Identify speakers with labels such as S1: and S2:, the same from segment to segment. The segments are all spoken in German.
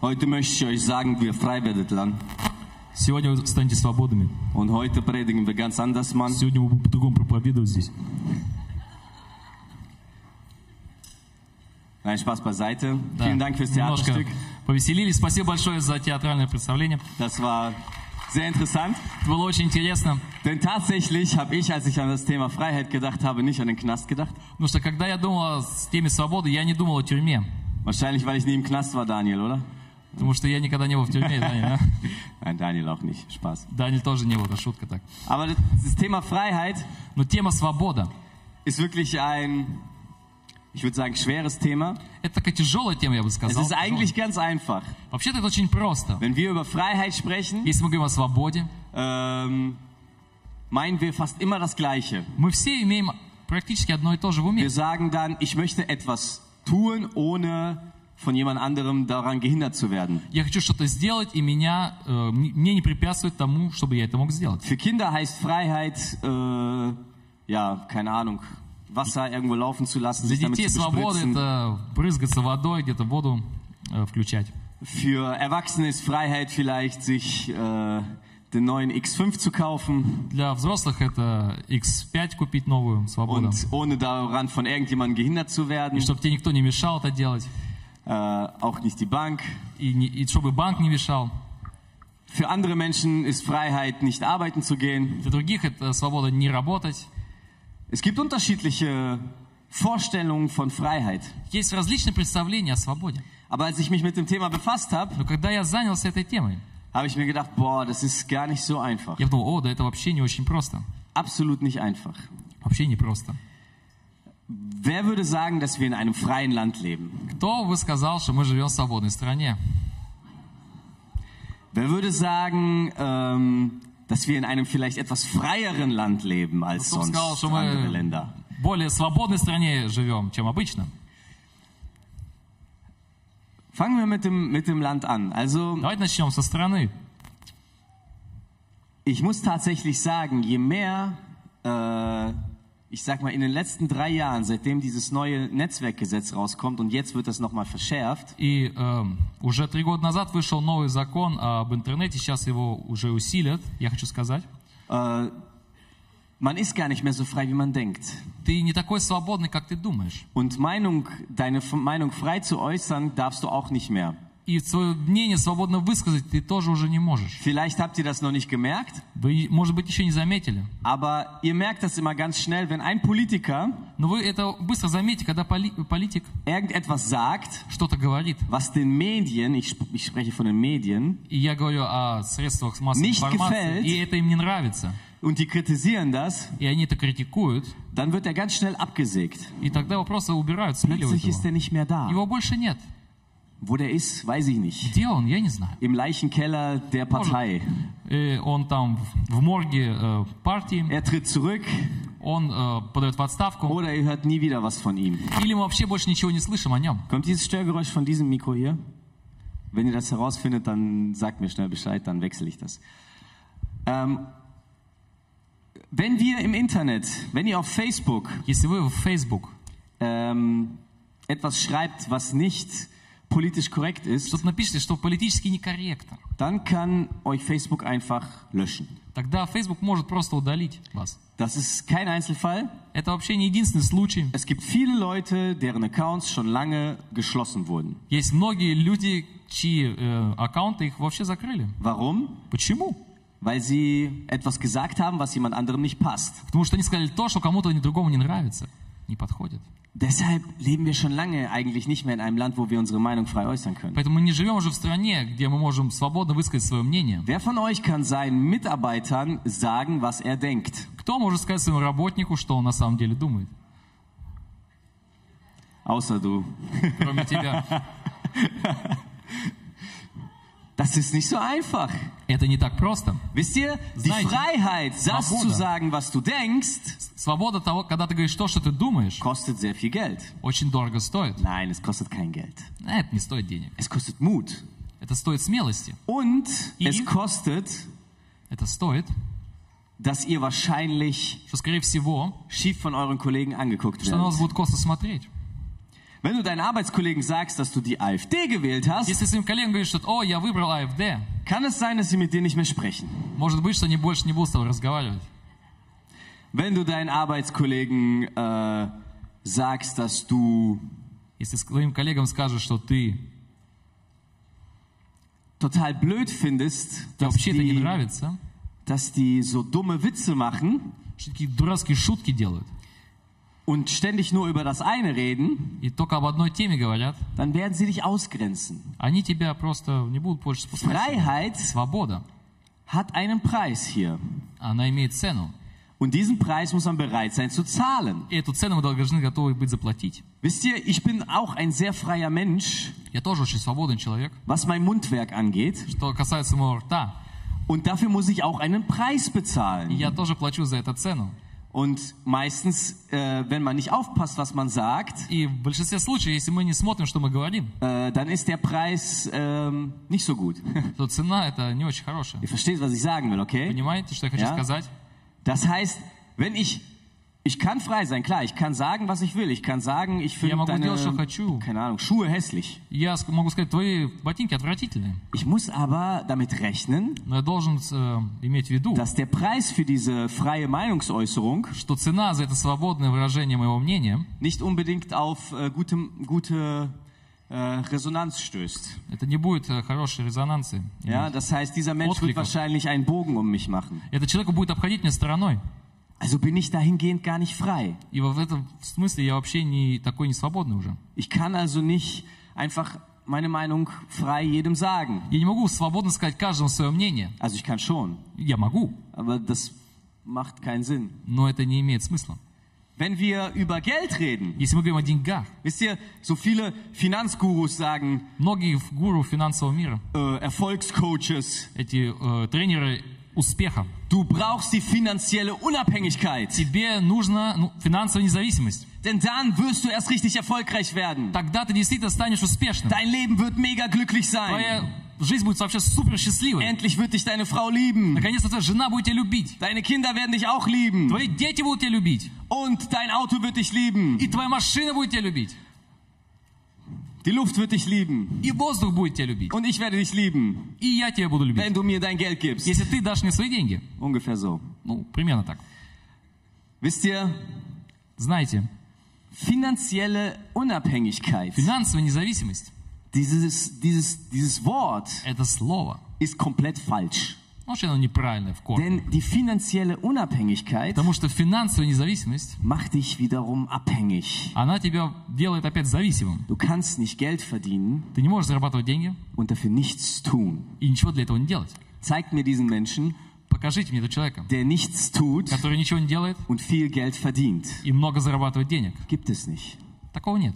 S1: Heute möchte ich euch sagen, wir Freibädeltlern.
S2: Сегодня вы станете свободными.
S1: Und heute predigen wir ganz anders, Mann.
S2: Сегодня вы по-другому проповедовать здесь.
S1: Nein, Spaß beiseite.
S2: Да.
S1: Vielen Dank fürs
S2: Немножко
S1: Theaterstück.
S2: повеселились. Спасибо большое за театральное представление.
S1: Das war sehr interessant.
S2: Это было очень интересно.
S1: Denn tatsächlich habe ich, als ich an das Thema Freiheit gedacht habe, nicht an den Knast gedacht.
S2: Потому что когда я думал о теме свободы, я не думал о тюрьме.
S1: Wahrscheinlich, weil ich nie im Knast war, Daniel, oder?
S2: Потому что я никогда не был в тюрьме, Даня, да?
S1: Nein, Daniel auch nicht. Spaß.
S2: Даниль тоже не был, это шутка так.
S1: Aber das, das Thema Freiheit
S2: Но тема свобода.
S1: ist wirklich ein, ich würde sagen, schweres Thema.
S2: Это такая тяжелая тема, я бы
S1: Es
S2: сказал.
S1: ist eigentlich ganz einfach.
S2: Тяжелая. Вообще-то это очень просто.
S1: Wenn wir über Freiheit sprechen,
S2: Если мы говорим о свободе,
S1: ähm, meinen wir fast immer das Gleiche.
S2: мы все имеем практически одно и то же в уме.
S1: Wir sagen dann, ich möchte etwas tun, ohne von jemand anderem daran gehindert zu werden.
S2: Я хочу что-то сделать, и меня, э, м- мне не препятствует тому, чтобы я это мог сделать.
S1: Für Kinder heißt Freiheit, äh, ja, keine Ahnung, Wasser irgendwo laufen zu lassen,
S2: Для
S1: sich damit zu
S2: детей свобода —
S1: bespritzen.
S2: это брызгаться водой, где-то воду э, включать.
S1: Für Erwachsene ist Freiheit vielleicht, sich äh, den neuen X5 zu kaufen
S2: Для взрослых это X5 купить новую, свобода.
S1: und ohne daran von irgendjemandem gehindert zu werden,
S2: И чтобы тебе никто не мешал это делать,
S1: äh, auch nicht die Bank.
S2: и, не- и чтобы банк не мешал.
S1: Für andere Menschen ist Freiheit, nicht arbeiten zu gehen.
S2: Для других это свобода не работать.
S1: Es gibt unterschiedliche Vorstellungen von Freiheit.
S2: Есть различные представления о свободе.
S1: Aber als ich mich mit dem Thema befasst habe,
S2: Но когда я занялся этой темой,
S1: habe ich mir gedacht, boah, das ist gar nicht so einfach.
S2: я подумал, о, да это вообще не очень просто.
S1: Absolut nicht einfach.
S2: Вообще не просто.
S1: Wer würde sagen, dass wir in einem freien Land leben?
S2: Кто бы сказал, что мы живем в свободной стране?
S1: Wer würde sagen, ähm, dass wir in einem vielleicht etwas freieren Land leben als
S2: Кто бы
S1: sonst
S2: сказал, что
S1: andere
S2: мы
S1: Länder?
S2: в более свободной стране живем, чем обычно?
S1: Fangen wir mit dem, mit dem Land an. Also
S2: Давайте начнем со страны.
S1: ich muss tatsächlich sagen, je mehr, äh, ich sag mal, in den letzten drei Jahren, seitdem dieses neue Netzwerkgesetz rauskommt und jetzt wird das nochmal verschärft,
S2: И эм, уже три года назад вышел новый закон об интернете, сейчас его уже усилят, я хочу сказать.
S1: äh, man ist gar nicht mehr so frei, wie man denkt.
S2: Ты не такой свободный, как ты думаешь.
S1: Und Meinung, deine F Meinung frei zu äußern, darfst du auch nicht mehr.
S2: И свое мнение свободно высказать ты тоже уже не можешь.
S1: Vielleicht habt ihr das noch nicht gemerkt,
S2: Вы, может быть, еще не заметили.
S1: aber ihr merkt das immer ganz schnell, wenn ein Politiker
S2: Но вы это быстро заметите, когда поли- политик
S1: irgendetwas sagt,
S2: что-то говорит.
S1: was den Medien, ich, sp ich spreche von den Medien,
S2: И я говорю о средствах массовой
S1: Nicht
S2: информации,
S1: gefällt.
S2: и это им не нравится.
S1: und die kritisieren das,
S2: И они это критикуют,
S1: dann wird er ganz schnell abgesägt.
S2: и тогда его просто убирают, смеливают
S1: Plötzlich ist
S2: его.
S1: er nicht mehr da.
S2: Его больше нет.
S1: Wo der ist, weiß ich nicht.
S2: Где он, я не знаю.
S1: Im Leichenkeller der Partei.
S2: И он там в- в морге э, партии,
S1: Er tritt zurück
S2: он э, подает в отставку,
S1: oder ihr hört nie wieder was von ihm.
S2: или мы вообще больше ничего не слышим о нем.
S1: Kommt dieses Störgeräusch von diesem Mikro hier? Wenn ihr das herausfindet, dann sagt mir schnell Bescheid, dann wechsle ich das. Ähm, wenn wir im Internet, wenn ihr auf Facebook
S2: Если вы в Facebook
S1: ähm, etwas schreibt, was nicht politisch korrekt ist,
S2: что-то напишите, что политически некорректно,
S1: dann kann euch Facebook einfach löschen.
S2: тогда Facebook может просто удалить вас.
S1: Das ist kein Einzelfall.
S2: Это вообще не единственный случай.
S1: Es gibt viele Leute, deren Accounts schon lange geschlossen wurden.
S2: Есть многие люди, чьи э, аккаунты их вообще закрыли.
S1: Warum?
S2: Почему?
S1: Weil sie etwas gesagt haben, was jemand anderem nicht passt.
S2: Потому что они сказали то, что кому-то не- другому не нравится, не подходит.
S1: Deshalb leben wir schon lange eigentlich nicht mehr in einem Land, wo wir unsere Meinung frei äußern können.
S2: Поэтому мы не живем уже в стране, где мы можем свободно высказать свое мнение.
S1: Wer von euch kann seinen Mitarbeitern sagen, was er denkt?
S2: Кто может сказать своему работнику, что он на самом деле думает,
S1: Außer du.
S2: кроме тебя?
S1: Das ist nicht so einfach.
S2: Это не так просто.
S1: Wisst ihr, die
S2: Seid-
S1: Freiheit, das
S2: Svoboda.
S1: zu sagen, was du denkst,
S2: Свобода того, когда ты говоришь то, что ты думаешь,
S1: kostet sehr viel Geld.
S2: очень дорого стоит.
S1: Nein, es kostet kein Geld.
S2: А Это не стоит денег.
S1: Es kostet Mut.
S2: Это стоит смелости.
S1: Und es
S2: Mhm.
S1: kostet,
S2: Это стоит,
S1: dass ihr wahrscheinlich
S2: что, скорее всего,
S1: schief von euren Kollegen angeguckt
S2: что на вас
S1: werdet.
S2: будут косо смотреть.
S1: Wenn du deinen Arbeitskollegen sagst, dass du die AfD gewählt hast,
S2: Если своим коллегам говоришь, что «О, я выбрал АФД»,
S1: kann es sein, dass sie mit dir nicht mehr sprechen.
S2: может быть, что они больше не будут с тобой разговаривать.
S1: Wenn du deinen Arbeitskollegen äh, sagst, dass du
S2: Если своим коллегам скажешь, что ты
S1: total blöd findest,
S2: тебе
S1: dass
S2: вообще это не
S1: die,
S2: нравится,
S1: dass die so dumme Witze machen
S2: что такие дурацкие шутки делают,
S1: und ständig nur über das eine reden,
S2: и только об одной теме говорят,
S1: dann werden sie dich ausgrenzen.
S2: они тебя просто не будут больше спускать.
S1: Freiheit
S2: Свобода,
S1: hat einen Preis hier.
S2: она имеет цену.
S1: Und diesen Preis muss man bereit sein zu zahlen.
S2: И эту цену мы должны готовы быть заплатить.
S1: Wisst ihr, ich bin auch ein sehr freier Mensch,
S2: Я тоже очень свободный человек.
S1: was mein Mundwerk angeht.
S2: Что касается моего рта,
S1: Und dafür muss ich auch einen Preis bezahlen.
S2: я тоже плачу за это цену.
S1: Und meistens, äh, wenn man nicht aufpasst, was man sagt,
S2: И в большинстве случаев, если мы не смотрим, что мы говорим,
S1: äh, dann ist der Preis ähm, nicht so gut.
S2: то цена это не очень хорошая.
S1: Ihr versteht, was ich sagen will, okay?
S2: Понимаете, что я хочу
S1: Я?
S2: сказать?
S1: Das heißt, wenn ich, ich kann frei sein, klar, ich kann sagen, was ich will. Ich kann sagen, ich
S2: Я
S1: finde
S2: могу делать, что
S1: deine,
S2: хочу.
S1: keine Ahnung, Schuhe hässlich.
S2: Я ск- могу сказать, твои ботинки отвратительные.
S1: Ich muss aber damit rechnen,
S2: Но я должен э, иметь в виду,
S1: dass der Preis für diese freie Meinungsäußerung
S2: что цена за это свободное выражение моего мнения,
S1: nicht unbedingt auf äh, gute, gute äh, Resonanz stößt.
S2: это не будет э, хорошей резонансы.
S1: Ja, das heißt, dieser Mensch wird
S2: Ausblick auf-
S1: wahrscheinlich einen Bogen um mich machen.
S2: Этот человек будет обходить меня стороной.
S1: Also bin ich dahingehend gar nicht frei.
S2: И вот в этом смысле я вообще не такой не свободный уже.
S1: Ich kann also nicht einfach meine Meinung frei jedem sagen.
S2: Я не могу свободно сказать каждому свое мнение.
S1: Also ich kann schon,
S2: Я могу,
S1: aber das macht keinen Sinn.
S2: но это не имеет смысла.
S1: Wenn wir über Geld reden,
S2: Если мы говорим о деньгах,
S1: wisst ihr, so viele Finanzgurus sagen,
S2: многие в- гуру финансового мира,
S1: äh, Erfolgscoaches,
S2: эти э, тренеры успеха,
S1: du brauchst die finanzielle Unabhängigkeit,
S2: тебе нужна ну, финансовая независимость.
S1: denn dann wirst du erst richtig erfolgreich werden.
S2: Тогда ты действительно станешь успешным.
S1: Dein Leben wird mega glücklich sein.
S2: Твоя жизнь будет вообще супер счастливой.
S1: Endlich wird dich deine Frau lieben.
S2: Наконец-то твоя жена будет тебя любить.
S1: Deine Kinder werden dich auch lieben.
S2: Твои дети будут тебя любить.
S1: Und dein Auto wird dich lieben.
S2: И твоя машина будет тебя любить.
S1: Die Luft wird dich lieben.
S2: И воздух будет тебя любить.
S1: Und ich werde dich lieben,
S2: И я тебя буду любить.
S1: wenn du mir dein Geld gibst.
S2: Если ты дашь мне свои деньги.
S1: Ungefähr so.
S2: Ну, примерно так.
S1: Wisst ihr,
S2: Знаете,
S1: finanzielle Unabhängigkeit,
S2: финансовая независимость
S1: dieses, dieses, dieses Wort
S2: – это слово.
S1: ist komplett falsch.
S2: Может, оно неправильное в корне.
S1: Denn die finanzielle Unabhängigkeit
S2: Потому что финансовая независимость,
S1: macht dich wiederum abhängig.
S2: она тебя делает опять зависимым.
S1: Du kannst nicht Geld verdienen
S2: Ты не можешь зарабатывать деньги
S1: und dafür nichts tun.
S2: и ничего для этого не делать.
S1: Zeigt mir diesen Menschen,
S2: Покажите мне этого человека,
S1: der nichts tut
S2: который ничего не делает
S1: und viel Geld verdient.
S2: и много зарабатывает денег.
S1: Gibt es nicht.
S2: Такого нет.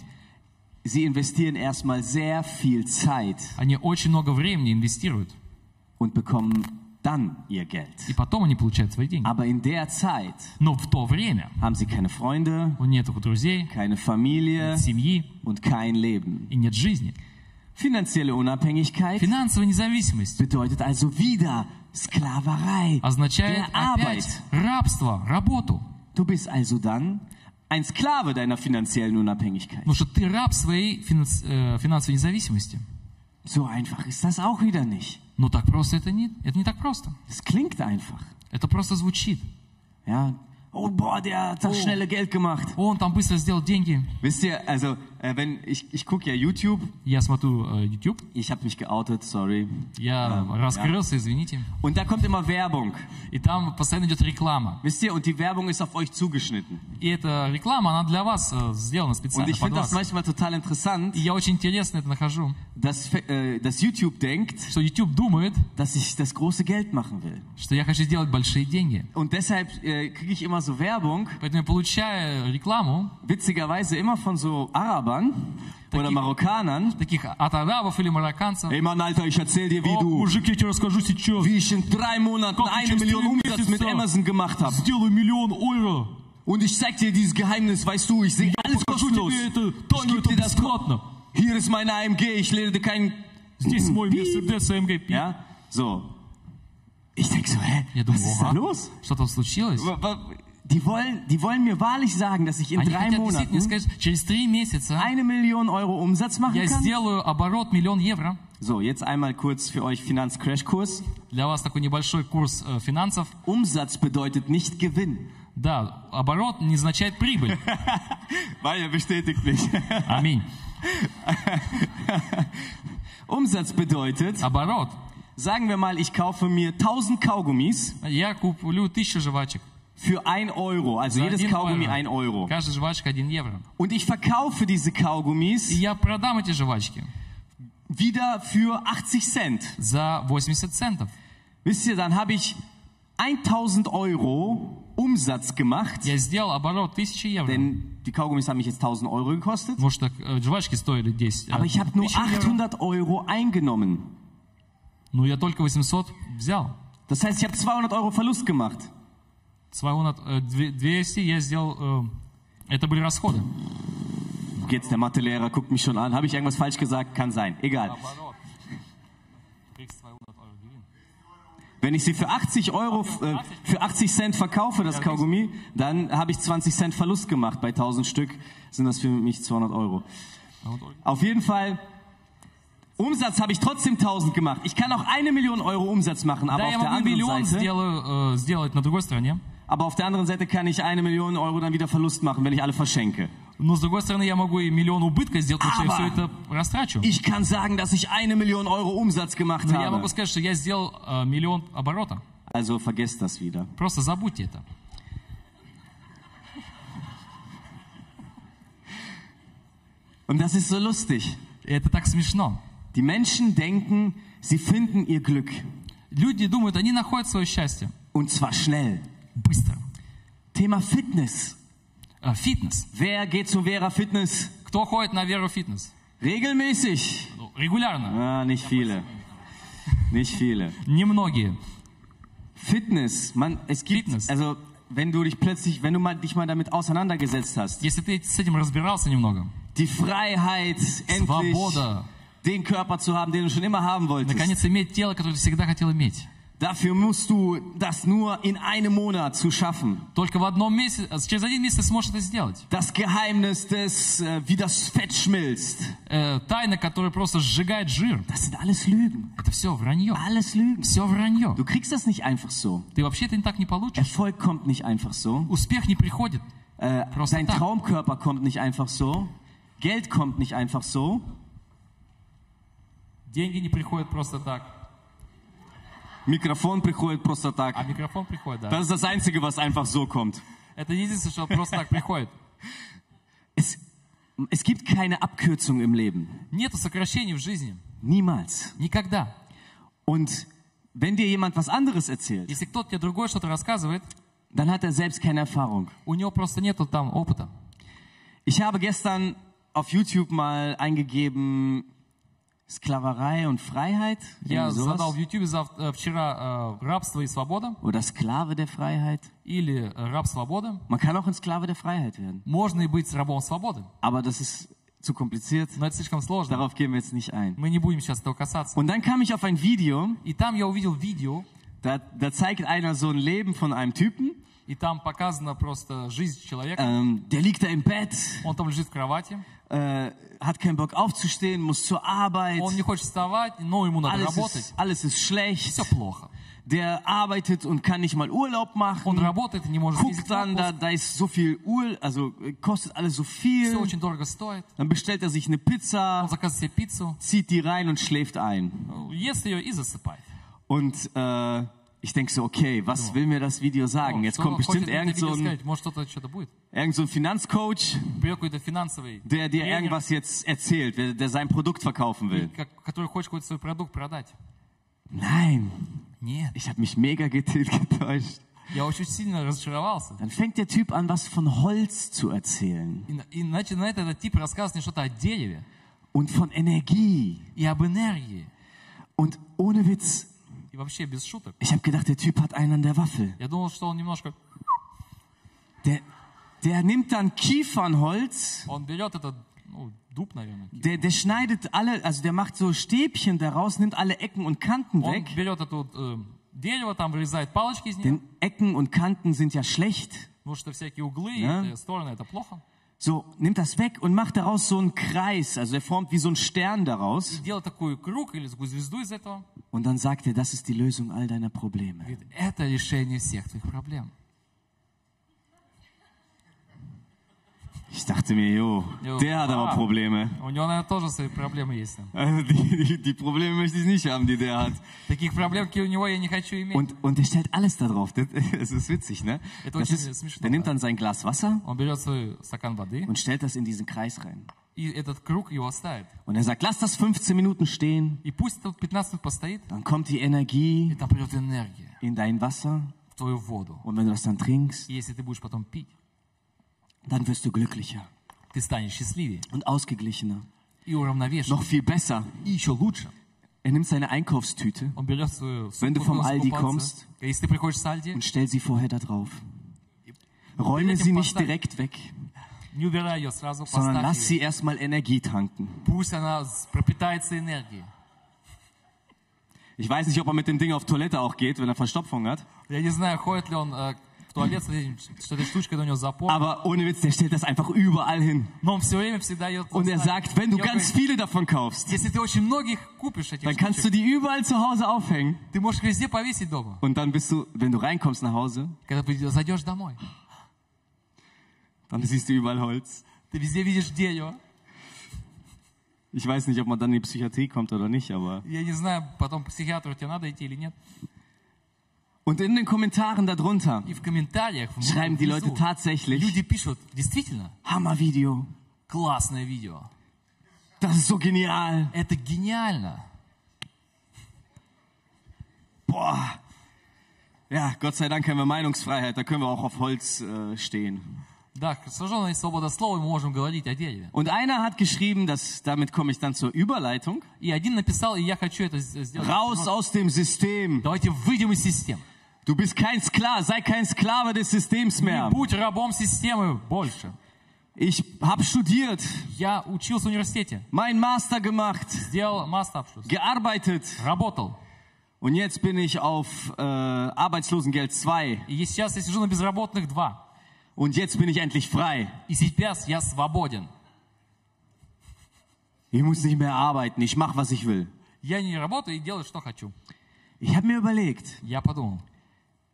S1: Sie investieren erstmal sehr viel Zeit
S2: Они очень много времени инвестируют,
S1: und bekommen dann ihr Geld.
S2: и потом они получают свои деньги.
S1: Aber in der Zeit
S2: Но в то время
S1: haben sie keine Freunde,
S2: у нет друзей,
S1: keine Familie
S2: семьи
S1: und kein Leben.
S2: и нет жизни.
S1: Finanzielle Unabhängigkeit
S2: Финансовая независимость
S1: bedeutet also wieder Sklaverei
S2: означает
S1: der
S2: опять
S1: Arbeit.
S2: рабство, работу.
S1: Du bist also dann ein Sklave deiner finanziellen Unabhängigkeit.
S2: Потому что ты раб своей финанс- э, финансовой независимости.
S1: So einfach ist das auch wieder nicht.
S2: Но так просто это не, это не так просто.
S1: Das klingt einfach.
S2: Это просто звучит.
S1: Ja. Oh, boah, der hat das schnelle Geld gemacht.
S2: О, он там быстро сделал деньги.
S1: Wisst ihr, also äh, wenn ich, ich gucke ja YouTube,
S2: Я смотрю э, YouTube,
S1: ich habe mich geoutet, sorry.
S2: я раскрылся, извините.
S1: Und da kommt immer Werbung.
S2: И там постоянно идет реклама.
S1: Wisst ihr, und die Werbung ist auf euch zugeschnitten.
S2: И эта реклама, она для вас э, сделана
S1: Und
S2: специально
S1: ich
S2: под
S1: finde das
S2: вас.
S1: manchmal total
S2: И
S1: interessant,
S2: я очень интересно это нахожу,
S1: dass, äh, dass YouTube denkt,
S2: что YouTube думает,
S1: dass ich das große Geld machen will.
S2: что я хочу сделать большие деньги.
S1: Und deshalb äh, kriege ich immer so Werbung,
S2: Поэтому я получаю рекламу
S1: witzigerweise immer von so Arabern oder
S2: Таких-
S1: Marokkanern.
S2: таких от арабов или марокканцев.
S1: Ey Mann, Alter, ich erzähl dir, wie
S2: «О,
S1: du,
S2: мужик, я тебе расскажу сейчас.
S1: wie ich in drei Monaten
S2: Komm,
S1: eine
S2: tschüss,
S1: Million
S2: tschüss,
S1: Umsatz
S2: tschüss,
S1: mit
S2: tschüss.
S1: Amazon gemacht habe.
S2: Сделаю миллион евро.
S1: Und ich zeig dir dieses Geheimnis, weißt du, ich sehe alles kostenlos. Ich geb dir das Hier ist meine AMG, ich lehne dir keinen.
S2: Здесь мой Мерседес АМГ.
S1: Ja, so. Ich denk so, hä?
S2: Я
S1: was
S2: думаю,
S1: ist da
S2: ага,
S1: los?
S2: что-то случилось?
S1: Wa- wa- Die wollen, die wollen mir wahrlich sagen, dass ich in
S2: Они
S1: drei
S2: хотят действительно
S1: Monaten
S2: сказать, через три месяца
S1: eine Million Euro Umsatz machen
S2: я
S1: kann.
S2: сделаю оборот миллион евро.
S1: So, jetzt einmal kurz für euch Finanzcrashkurs.
S2: Для вас такой небольшой курс э, финансов.
S1: Umsatz bedeutet nicht Gewinn.
S2: Да, оборот не означает прибыль.
S1: Weil er bestätigt mich.
S2: Аминь.
S1: Umsatz bedeutet,
S2: Оборот.
S1: sagen wir mal, ich kaufe mir 1000 Kaugummis
S2: Я куплю тысячу жвачек.
S1: für 1 Euro. Also
S2: за
S1: jedes
S2: 1
S1: Kaugummi
S2: евро.
S1: 1 Euro.
S2: Каждая жвачка 1 евро.
S1: Und ich verkaufe diese
S2: И
S1: Kaugummis
S2: я продам эти жвачки
S1: wieder für 80 Cent.
S2: за 80 центов.
S1: Wisst ihr, dann habe ich 1000 Euro Umsatz gemacht.
S2: Я сделал оборот 1000 евро.
S1: Denn die Kaugummis haben mich jetzt 1000 Euro gekostet.
S2: Потому что э, жвачки стоили 10. э,
S1: Aber ich habe nur
S2: 1000 евро.
S1: 800 Euro eingenommen.
S2: Ну, я только 800 взял.
S1: Das heißt, ich habe 200 Euro Verlust gemacht.
S2: 200, э, две- 200 я сделал... э, Это были расходы.
S1: Jetzt der Mathelehrer guckt mich schon an. Habe ich irgendwas falsch gesagt? Kann sein. Egal. Wenn ich sie für 80 Euro, äh, für 80 Cent verkaufe, das Kaugummi, dann habe ich 20 Cent Verlust gemacht. Bei 1000 Stück sind das für mich 200 Euro.
S2: А
S1: Auf jeden Fall, Umsatz habe ich trotzdem 1000 gemacht. Ich kann auch eine Million Euro Umsatz machen, aber
S2: Да,
S1: auf
S2: я
S1: der
S2: могу
S1: anderen
S2: миллион
S1: Seite,
S2: сделаю, э, сделать на другой стороне.
S1: aber auf der anderen Seite kann ich eine Million Euro dann wieder Verlust machen, wenn ich alle verschenke.
S2: Но, с другой стороны, я могу и миллион убытка сделать, потому что я
S1: Ава!
S2: все это растрачу.
S1: Ich kann sagen, dass ich eine Million Euro Umsatz gemacht
S2: Я могу
S1: habe.
S2: сказать, что я сделал э, миллион оборота.
S1: Also vergesst das wieder.
S2: Просто забудьте это.
S1: Und das ist so lustig.
S2: Это так смешно.
S1: Die Menschen denken, sie finden ihr Glück.
S2: Люди думают, они находят свое счастье.
S1: Und zwar schnell.
S2: Быстро.
S1: Thema Fitness.
S2: Э, Фитнес.
S1: Wer geht zu Vera Fitness?
S2: Кто ходит на веру фитнес?
S1: Regelmäßig?
S2: Ну, Регулярно.
S1: Ah, nicht viele. Nicht viele.
S2: Немногие.
S1: Fitness, man, es gibt,
S2: Fitness.
S1: also wenn du dich plötzlich, wenn du mal, dich mal damit auseinandergesetzt hast,
S2: Если ты с этим разбирался немного.
S1: die Freiheit, endlich
S2: Свобода.
S1: den Körper zu haben, den du schon immer haben wolltest,
S2: Наконец иметь тело, которое ты всегда хотел иметь.
S1: dafür musst du das nur in einem Monat zu schaffen.
S2: Только в одном месяце, а через один месяц ты сможешь это сделать.
S1: Das Geheimnis des, äh, wie das Fett schmilzt,
S2: Э, тайна, которая просто сжигает жир.
S1: das sind alles Lügen.
S2: Это все вранье.
S1: Alles Lügen.
S2: Все вранье.
S1: Du kriegst das nicht einfach so.
S2: Ты вообще это так не получишь.
S1: Erfolg kommt nicht einfach so.
S2: Успех не приходит.
S1: Äh,
S2: Prost,
S1: dein
S2: Tag.
S1: Traumkörper kommt nicht einfach so. Geld kommt nicht einfach so.
S2: Деньги не приходят просто так.
S1: Mikrofon приходит просто
S2: А
S1: так.
S2: микрофон приходит, да.
S1: Das ist das Einzige, was einfach so kommt.
S2: Это единственное, что просто так приходит.
S1: Es, es gibt keine Abkürzung im Leben.
S2: Нету сокращений в жизни.
S1: Niemals.
S2: Никогда.
S1: Und wenn dir jemand was anderes erzählt,
S2: Если кто-то тебе другой что-то рассказывает,
S1: dann hat er selbst keine Erfahrung.
S2: у него просто нету там опыта.
S1: Ich habe gestern auf YouTube mal eingegeben Sklaverei und Freiheit.
S2: Я
S1: Irgendwie sowas.
S2: задал в YouTube вчера э, «Рабство и свобода»
S1: Oder Sklave der Freiheit.
S2: или э, «Раб свободы».
S1: Man kann auch ein Sklave der Freiheit werden.
S2: Можно и быть рабом свободы,
S1: Aber das ist zu kompliziert.
S2: но это слишком сложно.
S1: Darauf gehen wir jetzt nicht ein.
S2: Мы не будем сейчас этого касаться.
S1: Und dann kam ich auf ein Video,
S2: И там я увидел видео,
S1: da, da zeigt einer so ein Leben von einem Typen,
S2: и там показана просто жизнь человека.
S1: ähm, der liegt da im Bett,
S2: Он там лежит в кровати,
S1: äh, hat keinen Bock aufzustehen, muss zur Arbeit,
S2: он не хочет вставать, но ему надо
S1: alles
S2: работать.
S1: ist, alles ist schlecht,
S2: Все плохо.
S1: der arbeitet und kann nicht mal Urlaub
S2: Он
S1: machen,
S2: работает, не может
S1: guckt
S2: ездить в
S1: dann, da, da ist so viel Ur, also äh, kostet alles so
S2: Все
S1: viel,
S2: очень дорого стоит.
S1: dann bestellt er sich eine
S2: Он
S1: Pizza,
S2: заказывает себе пиццу,
S1: zieht die rein und schläft ein.
S2: ест ее и засыпает.
S1: Und äh, ich denke so, okay, was will mir das Video sagen?
S2: О,
S1: Jetzt
S2: что
S1: kommt bestimmt
S2: хочет мне это
S1: irgend so
S2: видео
S1: ein,
S2: сказать? Может, что-то что-то будет.
S1: irgend so ein Finanzcoach,
S2: Придет какой-то финансовый
S1: der dir
S2: тренер,
S1: irgendwas jetzt erzählt, der, der sein Produkt verkaufen will.
S2: как- который хочет какой-то свой продукт продать.
S1: Nein,
S2: Нет.
S1: ich habe mich mega gete- getäuscht.
S2: Я очень сильно разочаровался.
S1: Dann fängt der Typ an, was von Holz zu erzählen
S2: И, на- и начинает этот тип рассказывать мне что-то о дереве
S1: und von Energie.
S2: и об энергии.
S1: Und ohne Witz,
S2: И вообще без шуток.
S1: ich habe gedacht, der Typ hat einen an der Waffel.
S2: Я думал, что он немножко...
S1: Der, der nimmt dann Kiefernholz,
S2: Он берет этот ну, дуб, наверное.
S1: der, der schneidet alle, also der macht so Stäbchen daraus, nimmt alle Ecken und Kanten
S2: Он
S1: weg.
S2: берет это вот, э, дерево, там эм, вырезает палочки из него.
S1: Denn Ecken und Kanten sind ja schlecht.
S2: Потому что всякие углы
S1: Да.
S2: и стороны это плохо.
S1: So, nimmt das weg und macht daraus so einen Kreis. Also er formt wie so einen Stern daraus.
S2: Делает такой круг или такую звезду из этого.
S1: Und dann sagt er, das ist die Lösung all deiner Probleme.
S2: Говорит, это решение всех твоих проблем.
S1: Ich dachte mir, jo,
S2: Jo.
S1: der hat aber
S2: Ah.
S1: Probleme.
S2: У него, наверное, тоже свои проблемы есть. там.
S1: Also die, die, die Probleme möchte ich nicht haben, die der hat.
S2: Таких проблем, какие у него, я не хочу иметь.
S1: Und, und er stellt alles da drauf. Das, das ist witzig, ne? Das
S2: Jetzt wollte ich-
S1: ist,
S2: jetzt mich
S1: der
S2: noch-
S1: nimmt dann sein Glas Wasser
S2: Он берет свой стакан воды
S1: und stellt das in diesen Kreis rein.
S2: и этот круг его оставит.
S1: Und er sagt, lass das 15 Minuten stehen.
S2: И пусть тут 15 минут постоит,
S1: Dann kommt die
S2: и
S1: Energie
S2: там придет энергия
S1: in dein Wasser.
S2: в твою воду.
S1: Und wenn du das dann trinkst,
S2: И если ты будешь потом пить,
S1: dann wirst du glücklicher
S2: ты станешь счастливее
S1: und ausgeglichener.
S2: и уравновешен,
S1: Noch viel besser.
S2: и еще лучше.
S1: Er nimmt seine Einkaufstüte
S2: Он берет свою
S1: Wenn du
S2: сумку,
S1: vom
S2: потом
S1: Aldi
S2: искупаться. Если ты приходишь с Альди,
S1: und stellt sie vorher da drauf. Räume sie nicht direkt weg,
S2: не убирай ее сразу,
S1: sondern
S2: поставь
S1: lass
S2: ее.
S1: sie erstmal Energie tanken.
S2: Пусть она с- пропитается энергией.
S1: Ich weiß nicht, ob er mit dem Ding auf Toilette auch geht, wenn er Verstopfung hat.
S2: Я не знаю, ходит ли он э, в туалет с этим, с этой штучкой, но у него запор.
S1: Aber ohne Witz, der stellt das einfach überall hin.
S2: Но он все время всегда ее...
S1: Und er sagt, wenn du
S2: Я
S1: ganz
S2: говорю,
S1: viele davon kaufst,
S2: Если ты очень многих купишь этих
S1: dann kannst du
S2: штучек,
S1: die überall zu Hause aufhängen.
S2: ты можешь их везде повесить дома,
S1: Und dann bist du, wenn du reinkommst nach Hause,
S2: когда ты зайдешь домой.
S1: dann siehst du überall Holz.
S2: Ты везде видишь дерево.
S1: Ich weiß nicht, ob man dann in die Psychiatrie kommt oder nicht, aber.
S2: Я не знаю, потом к психиатру тебе надо идти или нет.
S1: Und in den Kommentaren darunter
S2: И в комментариях в-
S1: schreiben die
S2: внизу
S1: Leute tatsächlich,
S2: люди пишут, действительно,
S1: Hammervideo,
S2: классное видео.
S1: das ist so genial.
S2: Это гениально.
S1: Boah. Ja, Gott sei Dank haben wir Meinungsfreiheit, da können wir auch auf Holz äh, stehen.
S2: Да, сожженная есть свобода слова, и мы можем говорить о дереве.
S1: Und einer hat geschrieben, dass damit komme ich dann zur Überleitung.
S2: И один написал, и я хочу это с- сделать.
S1: Raus aus dem System.
S2: Давайте выйдем из систем.
S1: Du bist kein Sklave, sei kein Sklave des Systems mehr.
S2: Будь рабом системы больше.
S1: Ich habe studiert,
S2: Я учился в университете,
S1: meinen Master gemacht,
S2: делал масс-обшуз,
S1: gearbeitet
S2: работал.
S1: und jetzt bin ich auf äh, Arbeitslosengeld 2
S2: И сейчас я сижу на безработных два.
S1: und jetzt bin ich endlich frei.
S2: И сейчас я свободен.
S1: Ich muss nicht mehr arbeiten, ich mache, was ich will.
S2: Я не работаю и делаю, что хочу.
S1: Ich habe mir überlegt,
S2: Я подумал,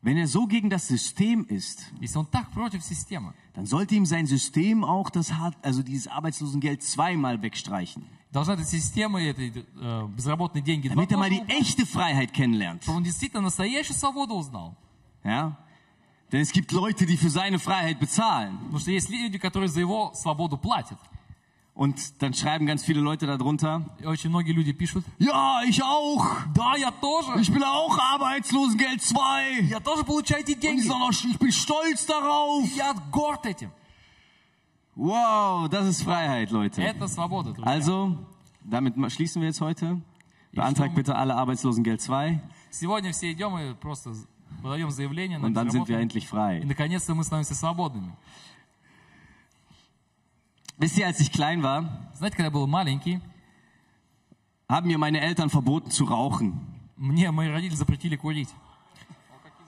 S1: wenn er so gegen das System ist,
S2: если он так против системы,
S1: dann sollte ihm sein System auch das Hart, also dieses Arbeitslosengeld zweimal wegstreichen,
S2: должна эта система, и эти э, безработные деньги, два
S1: damit er mal die
S2: тоже убрать,
S1: echte Freiheit kennenlernt.
S2: чтобы он действительно настоящую свободу узнал.
S1: Ja? Denn es gibt Leute, die für seine Freiheit bezahlen.
S2: Потому что есть люди, которые за его свободу платят.
S1: Und dann schreiben ganz viele Leute darunter:
S2: И очень многие люди пишут,
S1: Ja, ich auch.
S2: да, я тоже,
S1: Ich bin auch Arbeitslosengeld 2.
S2: я тоже получаю эти
S1: Ich
S2: деньги.
S1: bin auch- Ich bin stolz darauf.
S2: Я горд этим.
S1: Wow, das ist Freiheit, Leute.
S2: Это свобода. друзья.
S1: Also, damit ma- schließen wir jetzt heute. Beantragt bitte alle Arbeitslosengeld 2
S2: Сегодня все идем и просто подаем заявление на
S1: und dann sind wir
S2: безработную.
S1: endlich
S2: И
S1: frei.
S2: наконец-то мы становимся свободными.
S1: Wisst ihr, als ich klein war,
S2: Знаете, когда я был маленький,
S1: haben mir meine Eltern verboten zu rauchen.
S2: мне мои родители запретили курить.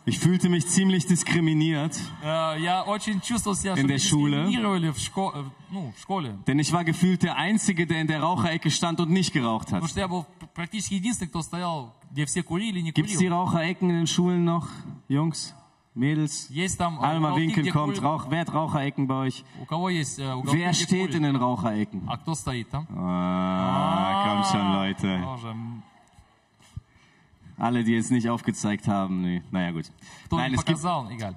S1: Ich fühlte mich ziemlich diskriminiert,
S2: Э, Я очень чувствовал себя, что
S1: In
S2: меня
S1: der Schule.
S2: дискриминировали в, шко- э, ну, в школе.
S1: denn ich war gefühlt der Einzige, der in der Raucherecke stand und nicht geraucht
S2: Потому
S1: hat.
S2: что я был практически единственный, кто стоял, где все курили, не
S1: Gibt's die
S2: курил.
S1: Raucherecken in den Schulen noch, Jungs, Mädels?
S2: Есть там э,
S1: Alma
S2: уголки,
S1: Winkel
S2: где
S1: kommt,
S2: курят.
S1: Rauch, wer hat Raucherecken bei euch?
S2: У кого есть э, уголки,
S1: Wer
S2: где
S1: steht
S2: курят?
S1: in den Raucherecken?
S2: А кто стоит там?
S1: Э. Ah, komm schon, Leute.
S2: Тоже, м,
S1: Alle, die jetzt nicht aufgezeigt haben, nee. naja gut.
S2: Кто
S1: Nein,
S2: не
S1: es gibt...
S2: показал, Игаль.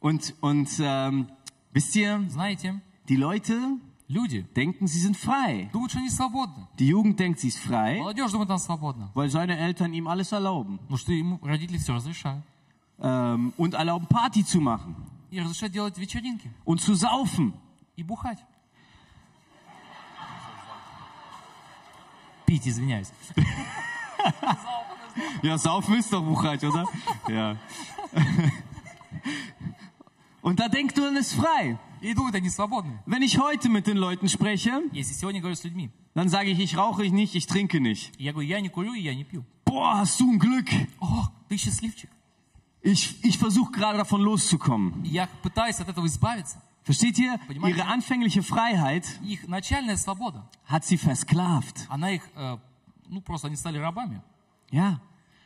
S1: Und, und ähm, wisst ihr,
S2: Знаете,
S1: die Leute
S2: люди,
S1: denken, sie sind frei.
S2: думают, что они свободны.
S1: Die Jugend denkt, sie ist frei.
S2: Молодежь думает, она свободна.
S1: weil seine Eltern ihm alles erlauben
S2: Потому что ему родители все разрешают.
S1: ähm, und erlauben Party zu machen
S2: И разрешают делать вечеринки.
S1: und zu saufen.
S2: И бухать. Пить, извиняюсь.
S1: Ja, saufen ist doch Buchheit, oder? ja. Und da denkt man, ist frei.
S2: И думают, они свободны.
S1: Wenn ich heute mit den Leuten spreche,
S2: Если сегодня говорю с людьми,
S1: dann sage ich, ich rauche ich nicht, ich trinke nicht.
S2: я говорю, я не курю и я не пью.
S1: Boah, hast du ein Glück.
S2: О, ты счастливчик.
S1: Ich, ich versuche gerade davon loszukommen.
S2: Я пытаюсь от этого избавиться.
S1: Versteht ihr?
S2: Понимаете?
S1: Ihre anfängliche Freiheit
S2: Их начальная свобода,
S1: hat sie versklavt.
S2: она их, э, ну просто они стали рабами.
S1: Ja,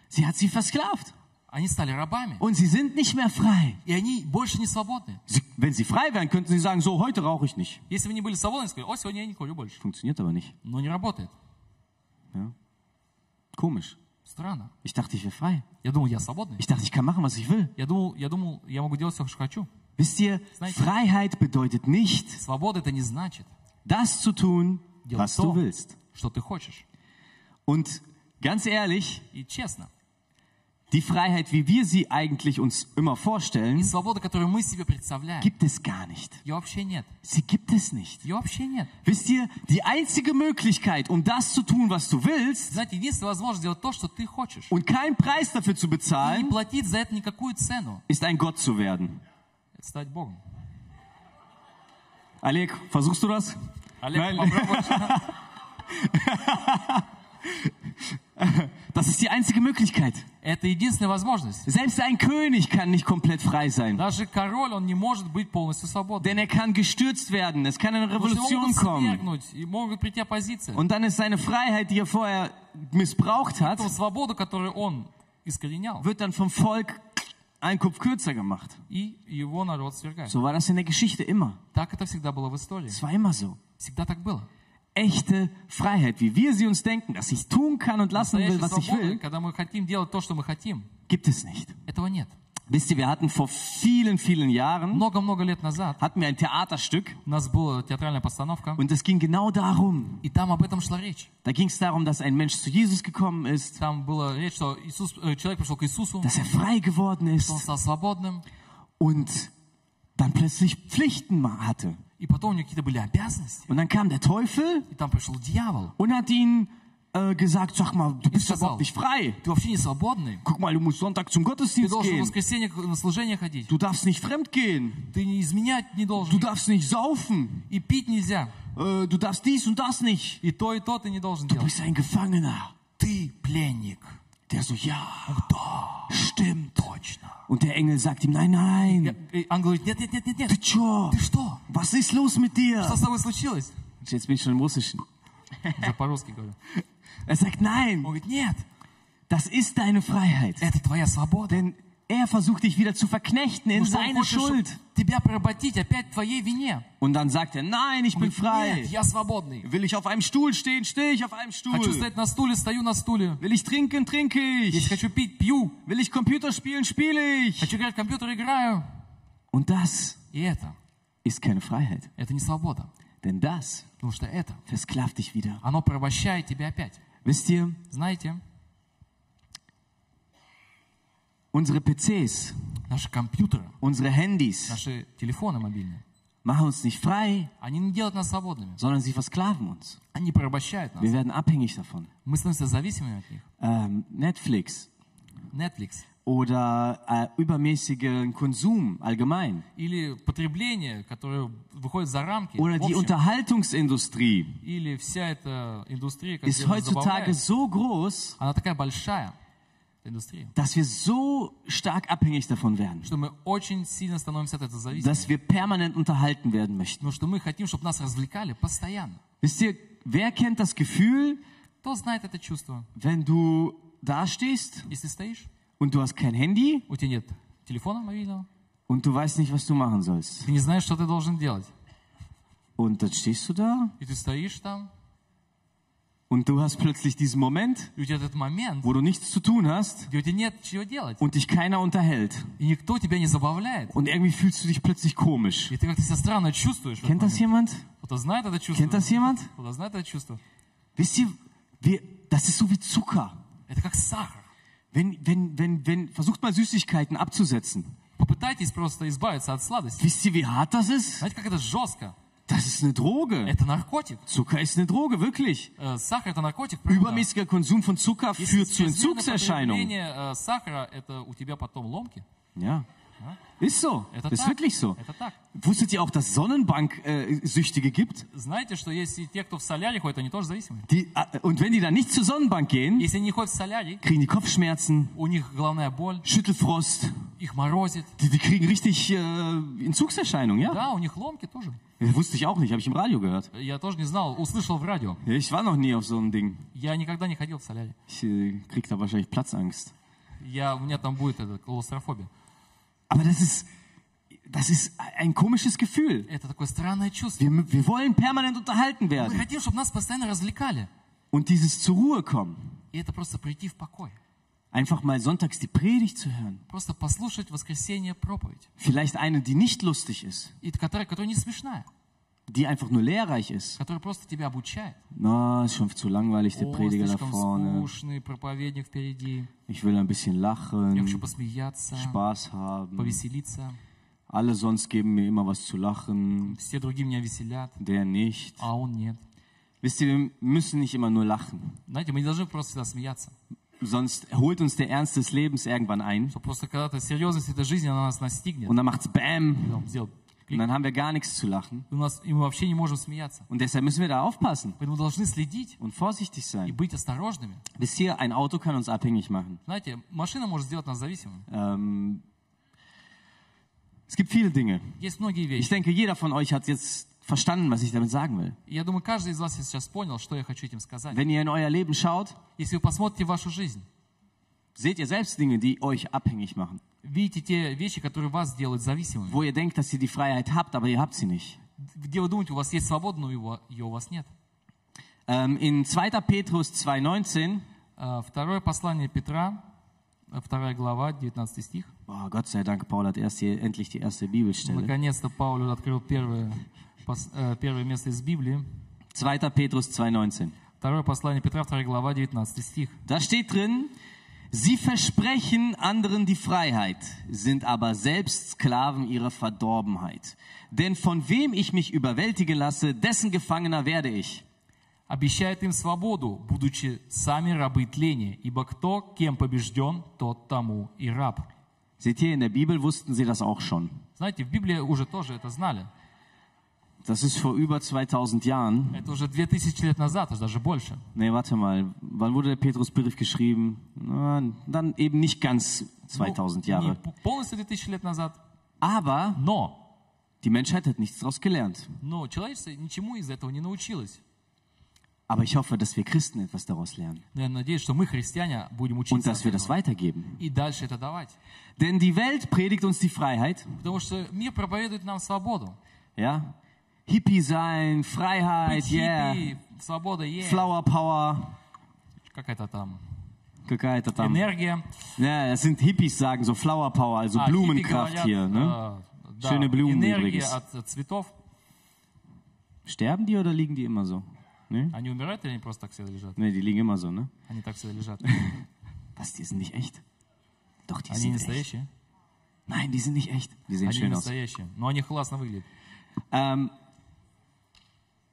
S1: sie hat sie versklavt.
S2: Они стали рабами.
S1: Und sie sind nicht mehr frei.
S2: И они больше не свободны.
S1: Sie, wenn sie frei wären, könnten sie sagen, so, heute rauche ich nicht.
S2: Если бы они были свободны, они сказали, о, сегодня я не курю больше.
S1: Funktioniert aber nicht.
S2: Но не работает.
S1: Komisch.
S2: Странно.
S1: Ich dachte, ich wäre frei.
S2: Я думал, я свободный.
S1: Ich dachte, ich kann machen, was ich will.
S2: Я думал, я думал, я могу делать все, что хочу.
S1: Wisst ihr,
S2: Знаете-
S1: Freiheit bedeutet nicht,
S2: Свобода это не значит,
S1: das zu tun,
S2: Ja,
S1: was
S2: so.
S1: du willst.
S2: что ты хочешь.
S1: Und ganz ehrlich,
S2: И честно.
S1: die Freiheit, wie wir sie eigentlich uns immer
S2: И
S1: vorstellen,
S2: свобода, которую мы себе представляем,
S1: gibt es gar nicht.
S2: ее вообще нет.
S1: Sie gibt es nicht.
S2: Ее вообще нет.
S1: Wisst ihr, die einzige Möglichkeit, um das zu tun, was du willst,
S2: Знаете, единственная возможность сделать то, что ты хочешь.
S1: und keinen Preis dafür zu
S2: И не
S1: bezahlen,
S2: платить за это никакую цену.
S1: ist ein Gott zu werden.
S2: Это стать Богом.
S1: Alek, versuchst du das?
S2: Олег,
S1: Правильно.
S2: попробуй.
S1: Das ist die einzige Möglichkeit.
S2: Это единственная возможность.
S1: Selbst ein König kann nicht komplett frei sein.
S2: Даже король, он не может быть полностью свободным.
S1: Denn er kann gestürzt werden, es kann eine
S2: Потому что его
S1: Revolution
S2: могут
S1: kommen.
S2: свергнуть, и могут прийти оппозиция.
S1: Und dann ist seine Freiheit, die er vorher missbraucht hat,
S2: Эту свободу, которую он искоренял,
S1: wird dann vom Volk einen Kopf kürzer gemacht.
S2: и его народ свергает.
S1: So war das in der Geschichte immer.
S2: Так это всегда было в истории.
S1: Es war immer so.
S2: Всегда так было.
S1: Echte Freiheit, wie wir sie uns denken, dass ich tun kann und lassen will,
S2: Настоящая
S1: was ich
S2: свобода,
S1: will,
S2: когда мы хотим делать то, что мы хотим,
S1: gibt es nicht.
S2: этого нет.
S1: Wisst ihr, wir hatten vor vielen, vielen Jahren,
S2: Много-много лет назад
S1: hatten wir ein Theaterstück
S2: у нас была театральная постановка,
S1: und es ging genau darum.
S2: и там об этом шла речь.
S1: Da ging es darum, dass ein Mensch zu Jesus gekommen ist,
S2: Там была речь, что Иисус, э, человек пришел к Иисусу,
S1: dass er frei geworden
S2: он
S1: ist
S2: стал свободным,
S1: und dann plötzlich Pflichten ma- hatte.
S2: и потом у него какие-то были обязанности.
S1: Und dann kam der Teufel
S2: И там пришел дьявол.
S1: und hat ihn äh, gesagt, sag mal, du bist
S2: das
S1: überhaupt
S2: auch?
S1: nicht frei.
S2: Ты вообще не свободный.
S1: Guck mal, du musst Sonntag zum
S2: Ты
S1: Gottesdienst
S2: должен в
S1: gehen.
S2: воскресенье на служение ходить.
S1: Du darfst nicht fremd gehen.
S2: Ты не изменять не
S1: Du
S2: должен.
S1: darfst nicht saufen.
S2: И пить нельзя.
S1: Äh, du darfst dies und das nicht.
S2: И то, и то ты не должен
S1: Du
S2: делать.
S1: bist ein Gefangener.
S2: Ты пленник.
S1: Der so, ja, doch, stimmt.
S2: Точно.
S1: Und der Engel sagt ihm, nein, nein.
S2: Ангел говорит, нет, нет, нет, нет, нет.
S1: Ты чё?
S2: Ты что?
S1: Was ist los mit dir?
S2: Что с тобой случилось?
S1: Jetzt bin ich schon im Russischen.
S2: Уже по-русски говорю.
S1: Er sagt,
S2: Он
S1: nein,
S2: говорит, нет,
S1: das ist deine Freiheit.
S2: это твоя свобода.
S1: Denn er versucht dich wieder zu verknechten in
S2: Потому что он
S1: seine
S2: хочет
S1: Schuld.
S2: тебя поработить опять твоей вине.
S1: Und dann sagt er, nein, ich
S2: Он
S1: bin
S2: говорит,
S1: frei.
S2: Нет, я свободный.
S1: Will ich auf einem Stuhl stehen, stehe ich auf einem
S2: Хочу
S1: Stuhl.
S2: стоять на стуле, стою на стуле.
S1: Will ich trinken, trinke
S2: Если
S1: ich.
S2: хочу пить, пью.
S1: Will ich Computer spielen, spiele ich.
S2: Хочу играть в компьютер, играю.
S1: Und das
S2: И это,
S1: ist keine Freiheit.
S2: это не свобода.
S1: Denn das
S2: Потому что это,
S1: versklavt dich wieder.
S2: оно порабощает тебя опять.
S1: Wisst ihr,
S2: Знаете,
S1: unsere PCs,
S2: наши компьютеры,
S1: unsere Handys
S2: наши телефоны мобильные,
S1: machen uns nicht frei,
S2: они не делают нас свободными.
S1: sondern sie versklaven uns.
S2: Они порабощают нас.
S1: Wir werden abhängig davon.
S2: Мы становимся зависимыми от них.
S1: Ähm, Netflix
S2: Netflix.
S1: oder äh, übermäßigen Konsum allgemein
S2: Или потребление, которое выходит за рамки.
S1: oder
S2: в
S1: die
S2: общем.
S1: Unterhaltungsindustrie
S2: или вся эта индустрия, как
S1: ist heutzutage so groß,
S2: она такая большая, эта индустрия,
S1: dass wir so stark abhängig davon werden,
S2: что мы очень сильно становимся от этого зависимыми.
S1: dass wir permanent unterhalten werden möchten.
S2: Потому что мы хотим, чтобы нас развлекали постоянно.
S1: Wisst ihr, wer kennt das Gefühl,
S2: Кто знает это чувство?
S1: wenn du dastehst
S2: Если стоишь,
S1: und du hast kein Handy
S2: у тебя нет телефона мобильного,
S1: und du weißt nicht, was du machen sollst?
S2: ты не знаешь, что ты должен делать.
S1: Und dann stehst du da
S2: И ты стоишь там,
S1: und du hast plötzlich diesen Moment,
S2: и у тебя этот момент,
S1: wo du nichts zu tun hast
S2: где у тебя нет чего делать,
S1: und dich keiner unterhält.
S2: и никто тебя не забавляет.
S1: Und irgendwie fühlst du dich plötzlich komisch.
S2: И ты как-то себя странно чувствуешь. в этот
S1: Kennt das
S2: момент.
S1: jemand?
S2: Кто-то знает это чувство?
S1: Kennt das jemand?
S2: Кто-то знает это чувство?
S1: Wisst ihr, wir, das ist so wie Zucker.
S2: Это как сахар.
S1: Wenn, wenn, wenn, wenn, versucht mal Süßigkeiten abzusetzen.
S2: Попытайтесь просто избавиться от сладости.
S1: Wisst ihr, wie hart das ist?
S2: Знаете, как это жестко?
S1: Das ist eine Droge.
S2: Это наркотик.
S1: Zucker ist eine Droge, wirklich.
S2: Э, Сахар это наркотик. правда.
S1: Übermäßiger Konsum von Zucker
S2: Если
S1: führt zu
S2: чрезмерное
S1: Entzugserscheinungen.
S2: потребление, э, сахара это у тебя потом ломки.
S1: Ja.
S2: Да?
S1: Ist so.
S2: Это
S1: ist
S2: так.
S1: wirklich so.
S2: Это так.
S1: Wusstet ihr auch, dass Sonnenbank-Süchtige gibt?
S2: Знаете, что есть и те, кто в солярий ходит, они тоже зависимые.
S1: Die, äh, und wenn die dann nicht zur Sonnenbank gehen,
S2: Если они ходят в солярий,
S1: kriegen die Kopfschmerzen,
S2: у них головная боль,
S1: Schüttelfrost.
S2: их морозит.
S1: Die, die kriegen richtig äh, Entzugserscheinungen, ja?
S2: Да, у них ломки тоже.
S1: Das wusste ich auch nicht, habe ich im Radio gehört.
S2: Я тоже не знал, услышал в радио.
S1: Ja, Ich war noch nie auf so einem Ding.
S2: Я никогда не ходил в солярий.
S1: Ich äh, krieg da wahrscheinlich Platzangst.
S2: Я, у меня там будет это, клаустрофобия.
S1: Aber das ist, das ist ein komisches Gefühl.
S2: Это такое странное чувство.
S1: Wir, wir wollen permanent unterhalten
S2: Мы
S1: werden.
S2: хотим, чтобы нас постоянно развлекали.
S1: Und dieses zur Ruhe kommen.
S2: И это просто прийти в покой.
S1: Einfach mal sonntags die Predigt zu hören.
S2: Просто послушать в воскресенье проповедь.
S1: Vielleicht eine, die nicht lustig ist,
S2: И которая, которая не смешная.
S1: die einfach nur lehrreich ist.
S2: Которая просто тебя обучает.
S1: Na, ist schon zu langweilig, der
S2: О,
S1: Prediger da
S2: слишком
S1: vorne.
S2: скучный проповедник впереди.
S1: Ich will ein bisschen
S2: Я хочу
S1: lachen,
S2: посмеяться,
S1: Spaß haben.
S2: повеселиться.
S1: Alle sonst geben mir immer was zu lachen,
S2: Все другие меня веселят,
S1: der nicht.
S2: а он нет.
S1: Wisst ihr, wir müssen nicht immer nur lachen.
S2: Знаете, мы не должны просто всегда смеяться.
S1: Sonst holt uns der Ernst des Lebens irgendwann ein.
S2: Что просто когда-то серьезность этой жизни, она нас настигнет.
S1: Und dann macht's Bäm.
S2: Потом сделает
S1: Und
S2: клик,
S1: dann haben wir gar nichts zu lachen.
S2: и у нас, и мы вообще не можем смеяться.
S1: Und deshalb müssen wir da aufpassen
S2: Поэтому должны следить
S1: und vorsichtig
S2: и
S1: sein.
S2: быть осторожными.
S1: Wisst ihr, ein Auto kann uns abhängig machen.
S2: Знаете, машина может сделать нас зависимыми.
S1: Ähm, es gibt viele Dinge.
S2: Есть многие
S1: Ich
S2: вещи.
S1: denke, jeder von euch hat jetzt verstanden, was ich damit sagen will.
S2: И Я думаю, каждый из вас сейчас понял, что я хочу этим сказать.
S1: Wenn ihr in euer Leben schaut,
S2: Если вы посмотрите вашу жизнь,
S1: seht ihr selbst Dinge, die euch abhängig machen.
S2: видите те вещи, которые вас делают зависимыми.
S1: Wo ihr denkt, dass ihr die Freiheit habt, aber ihr habt sie nicht.
S2: Где вы думаете, у вас есть свобода, но его- ее у вас нет.
S1: Ähm, in 2. Petrus 2,19,
S2: А, Второе послание Петра, а, вторая глава, 19 стих.
S1: oh, Gott sei Dank, Paul hat erst hier endlich die erste
S2: Oh
S1: Bibelstelle.
S2: Наконец-то Паулю открыл первое, пос- э, первое место из Библии.
S1: 2. Petrus 2,19.
S2: Второе послание Петра, вторая глава, 19 стих.
S1: Da steht drin, sie versprechen anderen die Freiheit, sind aber selbst Sklaven ihrer Verdorbenheit. Denn von wem ich mich überwältigen lasse, dessen Gefangener werde ich.
S2: «Обещает им свободу, будучи сами рабы тления, ибо кто кем побежден, тот тому и раб».
S1: Seht ihr, in der Bibel wussten sie das auch schon.
S2: Знаете, в Библии уже тоже это знали.
S1: Das ist vor über 2000 Jahren.
S2: Это уже 2000 лет назад, аж даже больше.
S1: Nee, warte mal, wann wurde der Petrusbrief geschrieben? Na, dann eben nicht ganz 2000
S2: Ну, не
S1: Jahre.
S2: п- полностью 2000 лет назад.
S1: Aber
S2: Но,
S1: die Menschheit hat nichts daraus gelernt.
S2: но человечество ничему из этого не научилось.
S1: Aber ich hoffe, dass wir Christen etwas daraus lernen
S2: Но я надеюсь, что мы, христиане, будем
S1: und
S2: учиться от
S1: dass wir das
S2: этого
S1: weitergeben.
S2: и дальше это давать.
S1: Denn die Welt predigt uns die Freiheit.
S2: Потому что мир проповедует нам свободу.
S1: Ja? Hippie sein, Freiheit,
S2: Быть
S1: yeah.
S2: хиппи, свобода, е,
S1: Flower Power.
S2: какая-то там
S1: Какая-то там.
S2: энергия.
S1: Ja, das sind Hippies, sagen so Flower Power, also
S2: А,
S1: Blumenkraft
S2: хиппи
S1: hier.
S2: говорят,
S1: Ne?
S2: э, да,
S1: Schöne Blumen
S2: энергия
S1: übrigens.
S2: от э, цветов.
S1: Sterben die oder liegen die immer so? Ne?
S2: Они умирают или они просто так всегда лежат?
S1: Ne, die liegen immer so, ne?
S2: Они так всегда лежат.
S1: Was, die sind nicht echt? Doch, die
S2: Они не
S1: sind echt.
S2: настоящие.
S1: Nein, die sind nicht echt. Die sehen
S2: Они не
S1: schön aus.
S2: настоящие. Но они классно выглядят.
S1: Ähm,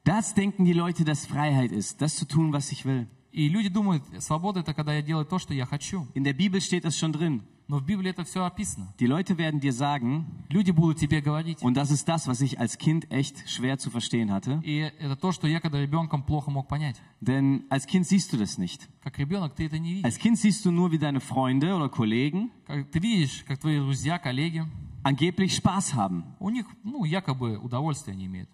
S1: das denken die Leute, dass Freiheit ist, das zu tun, was ich will.
S2: И люди думают, свобода это когда я делаю то, что я хочу.
S1: In der Bibel steht das schon drin.
S2: Но в Библии это все описано.
S1: Die Leute werden dir sagen,
S2: Люди будут тебе говорить.
S1: und das ist das, was ich als Kind echt schwer zu verstehen hatte,
S2: И это то, что я когда ребенком плохо мог понять.
S1: Denn als Kind siehst du das nicht.
S2: Как ребенок ты это не видишь.
S1: Als Kind siehst du nur, wie deine Freunde oder Kollegen
S2: Как, ты видишь, как твои друзья, коллеги,
S1: angeblich Spaß haben.
S2: у них, ну, якобы удовольствие они имеют.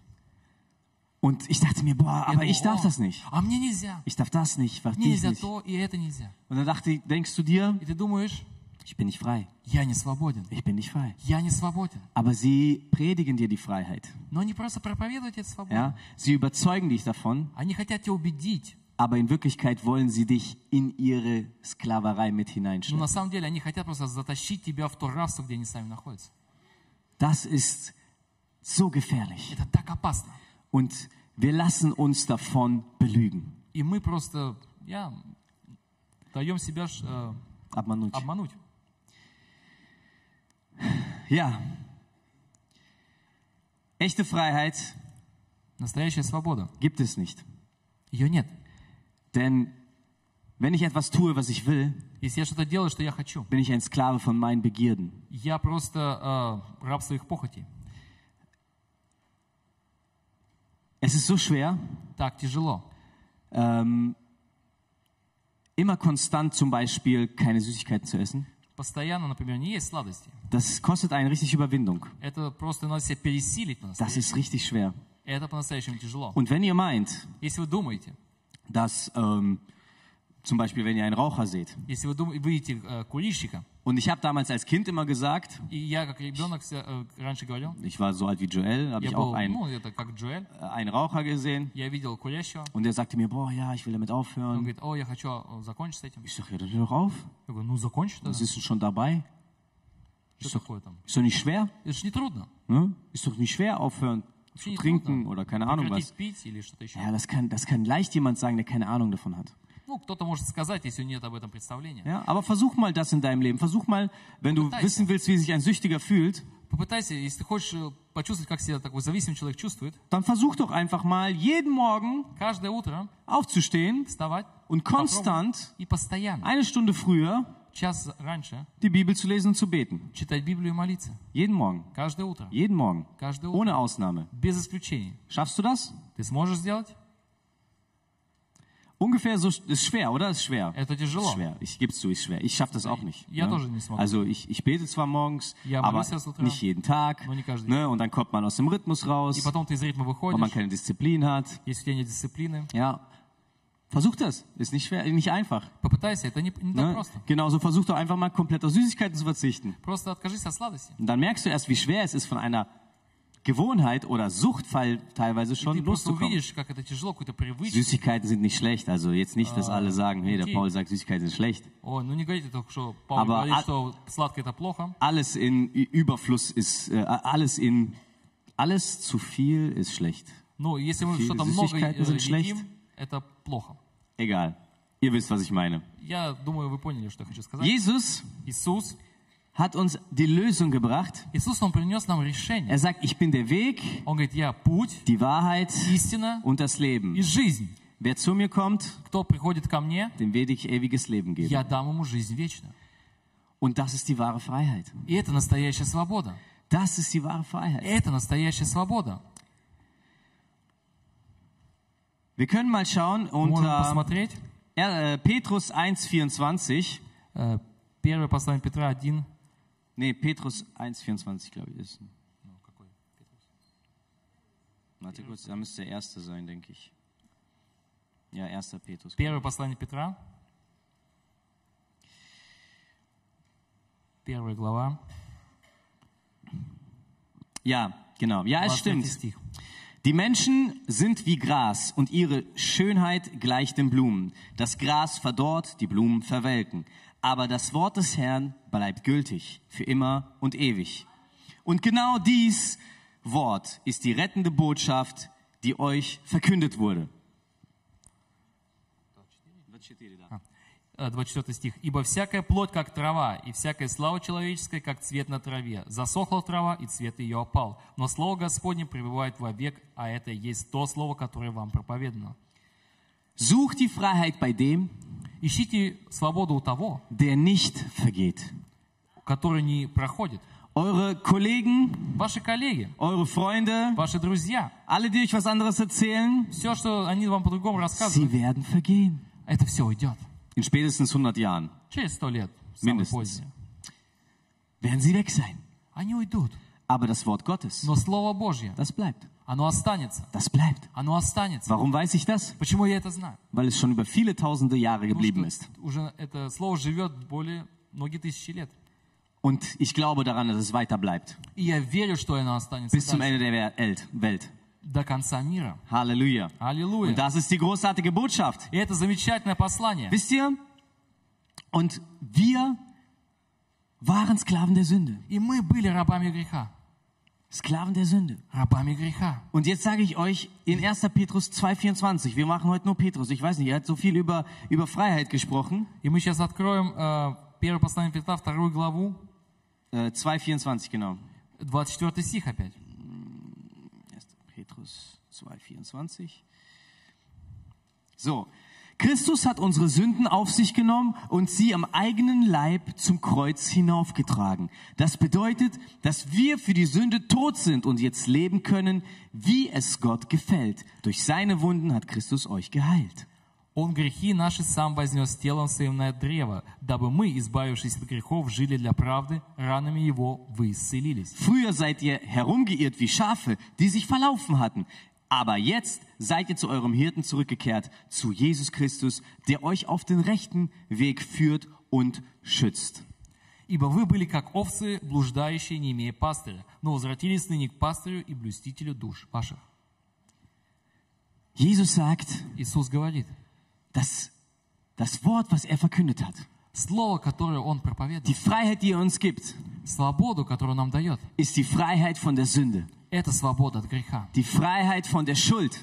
S1: Und ich dachte mir, boah,
S2: Я
S1: aber
S2: думаю,
S1: ich darf
S2: «О,
S1: das nicht.
S2: А мне нельзя.
S1: Ich darf das nicht, was
S2: Мне
S1: dies
S2: нельзя
S1: nicht.
S2: то, и это нельзя.
S1: Und dann dachte, ich- denkst du dir,
S2: И ты думаешь,
S1: ich bin nicht frei,
S2: я не свободен.
S1: ich bin nicht frei.
S2: Я не свободен.
S1: Aber sie predigen dir die Freiheit.
S2: Но они просто проповедуют эту свободу.
S1: Ja? Sie überzeugen dich davon,
S2: Они хотят тебя убедить.
S1: aber in Wirklichkeit wollen sie dich in ihre Sklaverei mit
S2: Но
S1: hineinschleppen.
S2: на самом деле они хотят просто затащить тебя в то рабство, где они сами находятся.
S1: Das ist so gefährlich.
S2: Это так опасно.
S1: Und wir lassen uns davon belügen.
S2: И мы просто я, даем себя ж, э,
S1: Обмануть.
S2: обмануть.
S1: Ja. Echte Freiheit
S2: Настоящая свобода.
S1: gibt es nicht.
S2: Ее нет.
S1: Denn Wenn ich etwas tue, was ich will,
S2: Если я что-то делаю, что я хочу,
S1: bin ich ein Sklave von meinen Begierden.
S2: я просто э, раб своих похотей.
S1: Es ist so schwer,
S2: Так тяжело.
S1: ähm, immer konstant zum Beispiel keine Süßigkeiten zu essen.
S2: Постоянно, например, не есть сладости.
S1: Das kostet einen richtig Überwindung.
S2: Это просто надо себя пересилить нас.
S1: Das ist richtig schwer.
S2: Это по-настоящему тяжело.
S1: Und wenn ihr meint,
S2: Если вы думаете,
S1: dass ähm, zum Beispiel, wenn ihr einen Raucher seht,
S2: если вы дум- видите э, курильщика,
S1: und ich habe damals als Kind immer gesagt,
S2: и я как ребенок вся- э, раньше говорил,
S1: ich war so alt wie Joel, habe
S2: я
S1: ich auch
S2: был,
S1: einen,
S2: ну, это как Джоэль,
S1: äh, einen Raucher gesehen
S2: я видел курящего,
S1: und der sagte mir, boah, ja, ich will damit
S2: он
S1: aufhören.
S2: говорит, о, я хочу э, закончить с этим.
S1: Ich sage, ja, dann hör doch auf.
S2: Я говорю, ну закончи тогда,
S1: Was ist denn schon dabei?
S2: что такое там?
S1: Ist doch nicht schwer,
S2: Это же не трудно.
S1: ne? Ist doch nicht schwer, aufhören zu
S2: Nicht
S1: trinken
S2: trudno.
S1: oder keine Ahnung was.
S2: Прекратить пить или что-то еще.
S1: Ja, das kann, das kann leicht jemand sagen, der keine Ahnung davon hat.
S2: Ну, кто-то может сказать, если нет об этом представления.
S1: Ja, aber versuch mal das in deinem Leben. Versuch mal, wenn du
S2: Nice.
S1: wissen willst, wie sich ein Süchtiger fühlt,
S2: Попытайся, если ты хочешь э, почувствовать, как себя такой зависимый человек чувствует,
S1: dann versuch doch einfach mal, jeden Morgen
S2: каждое утро
S1: aufzustehen
S2: вставать
S1: und
S2: попробовать
S1: konstant
S2: и постоянно,
S1: eine Stunde früher
S2: час раньше,
S1: die Bibel zu lesen und zu beten.
S2: читать Библию и молиться.
S1: Jeden Morgen.
S2: Каждое утро.
S1: Jeden Morgen.
S2: Каждое утро.
S1: Ohne Ausnahme.
S2: Без исключения.
S1: Schaffst du das?
S2: Ты сможешь сделать?
S1: Ungefähr so ist schwer, oder? Ist schwer.
S2: Это
S1: Ist
S2: тяжело.
S1: schwer. Ich geb's zu, ist schwer. Ich schaff das auch nicht.
S2: Ja, doch, nicht so.
S1: Also ich, ich bete zwar morgens,
S2: Ja,
S1: aber
S2: молюсь я с утра.
S1: nicht jeden Tag.
S2: Но не каждый
S1: Ne? Und dann kommt man aus dem Rhythmus
S2: И
S1: raus,
S2: потом ты из ритма
S1: weil man
S2: выходишь,
S1: keine Disziplin hat.
S2: если у тебя нет дисциплины.
S1: Ja. Versuch das. Ist nicht schwer, nicht einfach.
S2: Попытайся, это не, не так
S1: Ne?
S2: просто.
S1: Genauso versuch doch einfach mal komplett auf Süßigkeiten zu verzichten.
S2: Просто откажись от сладости.
S1: Und dann merkst du erst, wie schwer es ist, von einer Gewohnheit oder Suchtfall teilweise
S2: И ты
S1: schon
S2: просто
S1: loszukommen.
S2: увидишь, как это тяжело, какую-то привычку.
S1: Süßigkeiten sind nicht schlecht. Also jetzt nicht, dass alle sagen, hey, der
S2: Ah, okay.
S1: Paul sagt, Süßigkeiten sind schlecht.
S2: Ой, ну не говорите только, что Павел
S1: Aber
S2: говорит,
S1: a-
S2: что сладкое это плохо.
S1: Alles in Ü- Überfluss ist, äh, alles in, alles zu viel ist schlecht.
S2: Ну, если мы
S1: Viele
S2: что-то много э,
S1: Süßigkeiten sind schlecht.
S2: едим, это плохо.
S1: Egal. Ihr wisst, was ich meine.
S2: Я думаю, вы поняли, что я хочу сказать.
S1: Jesus
S2: Иисус,
S1: hat uns die Lösung gebracht.
S2: Иисус, Он принес нам решение.
S1: Er sagt, ich bin der Weg,
S2: Он говорит, я путь,
S1: die Wahrheit
S2: истина
S1: und das
S2: и
S1: Leben.
S2: жизнь.
S1: Wer zu mir kommt,
S2: Кто приходит ко мне,
S1: dem werde ich ewiges Leben geben.
S2: я дам ему жизнь вечную.
S1: Und das ist die wahre Freiheit.
S2: И это настоящая свобода.
S1: Das ist die wahre Freiheit.
S2: Это настоящая свобода.
S1: Wir können mal schauen
S2: Мы можем
S1: unter
S2: посмотреть
S1: äh, Petrus 1,24.
S2: э, первое послание Петра 1.
S1: Nee, Petrus 1,24, glaube ich, ist. Warte kurz, da müsste der erste sein, denke ich. Ja, erster Petrus.
S2: Первое послание Петра. Первая глава.
S1: Ja, genau. Ja, es
S2: 23
S1: stimmt.
S2: стих.
S1: Die Menschen sind wie Gras und ihre Schönheit gleicht den Blumen. Das Gras verdorrt, die Blumen verwelken. Aber das Wort des Herrn bleibt gültig für immer und ewig. Und genau dies Wort ist die rettende Botschaft, die euch verkündet wurde.
S2: Э, 24 стих. «Ибо всякая плоть, как трава, и всякая слава человеческая, как цвет на траве. Засохла трава, и цвет ее опал. Но слово Господне пребывает вовек, а это и есть то слово, которое вам проповедано».
S1: Sucht die Freiheit bei dem,
S2: Ищите свободу у того,
S1: der nicht vergeht.
S2: который не проходит.
S1: Eure Kollegen,
S2: Ваши коллеги,
S1: eure Freunde,
S2: ваши друзья,
S1: alle, die euch was anderes erzählen,
S2: все, что они вам по-другому
S1: sie
S2: рассказывают,
S1: werden vergehen.
S2: это все уйдет.
S1: In spätestens 100 Jahren
S2: Через сто лет, самое
S1: Mindestens.
S2: позднее.
S1: werden sie weg sein.
S2: Они уйдут.
S1: Aber das Wort Gottes,
S2: Но Слово Божье,
S1: das bleibt.
S2: оно останется.
S1: Das bleibt.
S2: Оно останется.
S1: Warum weiß ich das?
S2: Почему я это знаю?
S1: Weil es schon über viele tausende Jahre geblieben
S2: Потому что
S1: ist.
S2: уже это слово живет более многие тысячи лет.
S1: Und ich glaube daran, dass es weiter bleibt.
S2: И я верю, что оно останется
S1: Bis zum
S2: дальше,
S1: Ende der Wel- Welt- Welt.
S2: до конца мира.
S1: Halleluja.
S2: Аллилуйя.
S1: Und das ist die großartige Botschaft.
S2: И это замечательное послание.
S1: Wisst ihr? Und wir waren Sklaven der Sünde.
S2: И мы были рабами греха.
S1: Sklaven der Sünde.
S2: Рабами греха.
S1: Und jetzt sage ich euch in 1. Petrus 2,24. Wir machen heute nur Petrus. Ich weiß nicht, er hat so viel über, über Freiheit gesprochen.
S2: И мы сейчас откроем э, первое послание Петра, вторую главу,
S1: Äh, 2,24, genau.
S2: 24 стих опять.
S1: 1. Petrus 2,24. So, Christus hat unsere Sünden auf sich genommen und sie am eigenen Leib zum Kreuz hinaufgetragen. Das bedeutet, dass wir für die Sünde tot sind und jetzt leben können, wie es Gott gefällt. Durch seine Wunden hat Christus euch geheilt.
S2: Он грехи наши сам вознес телом своим на древо, дабы мы, избавившись от грехов, жили для правды, ранами его вы исцелились.
S1: Früher seid ihr herumgeirrt wie Schafe, die sich verlaufen hatten. Aber jetzt seid ihr zu eurem Hirten zurückgekehrt, zu Jesus Christus, der euch auf den rechten Weg führt und schützt.
S2: Ибо вы были как овцы, блуждающие, не имея пастыря, но возвратились ныне к пастырю и блюстителю душ ваших.
S1: Jesus sagt,
S2: Иисус говорит,
S1: dass das Wort, was er verkündet hat,
S2: слово, которое Он проповедует,
S1: die Freiheit, die er uns gibt,
S2: свободу, которую нам дает,
S1: ist die Freiheit von der Sünde,
S2: это свобода от греха,
S1: die Freiheit von der Schuld.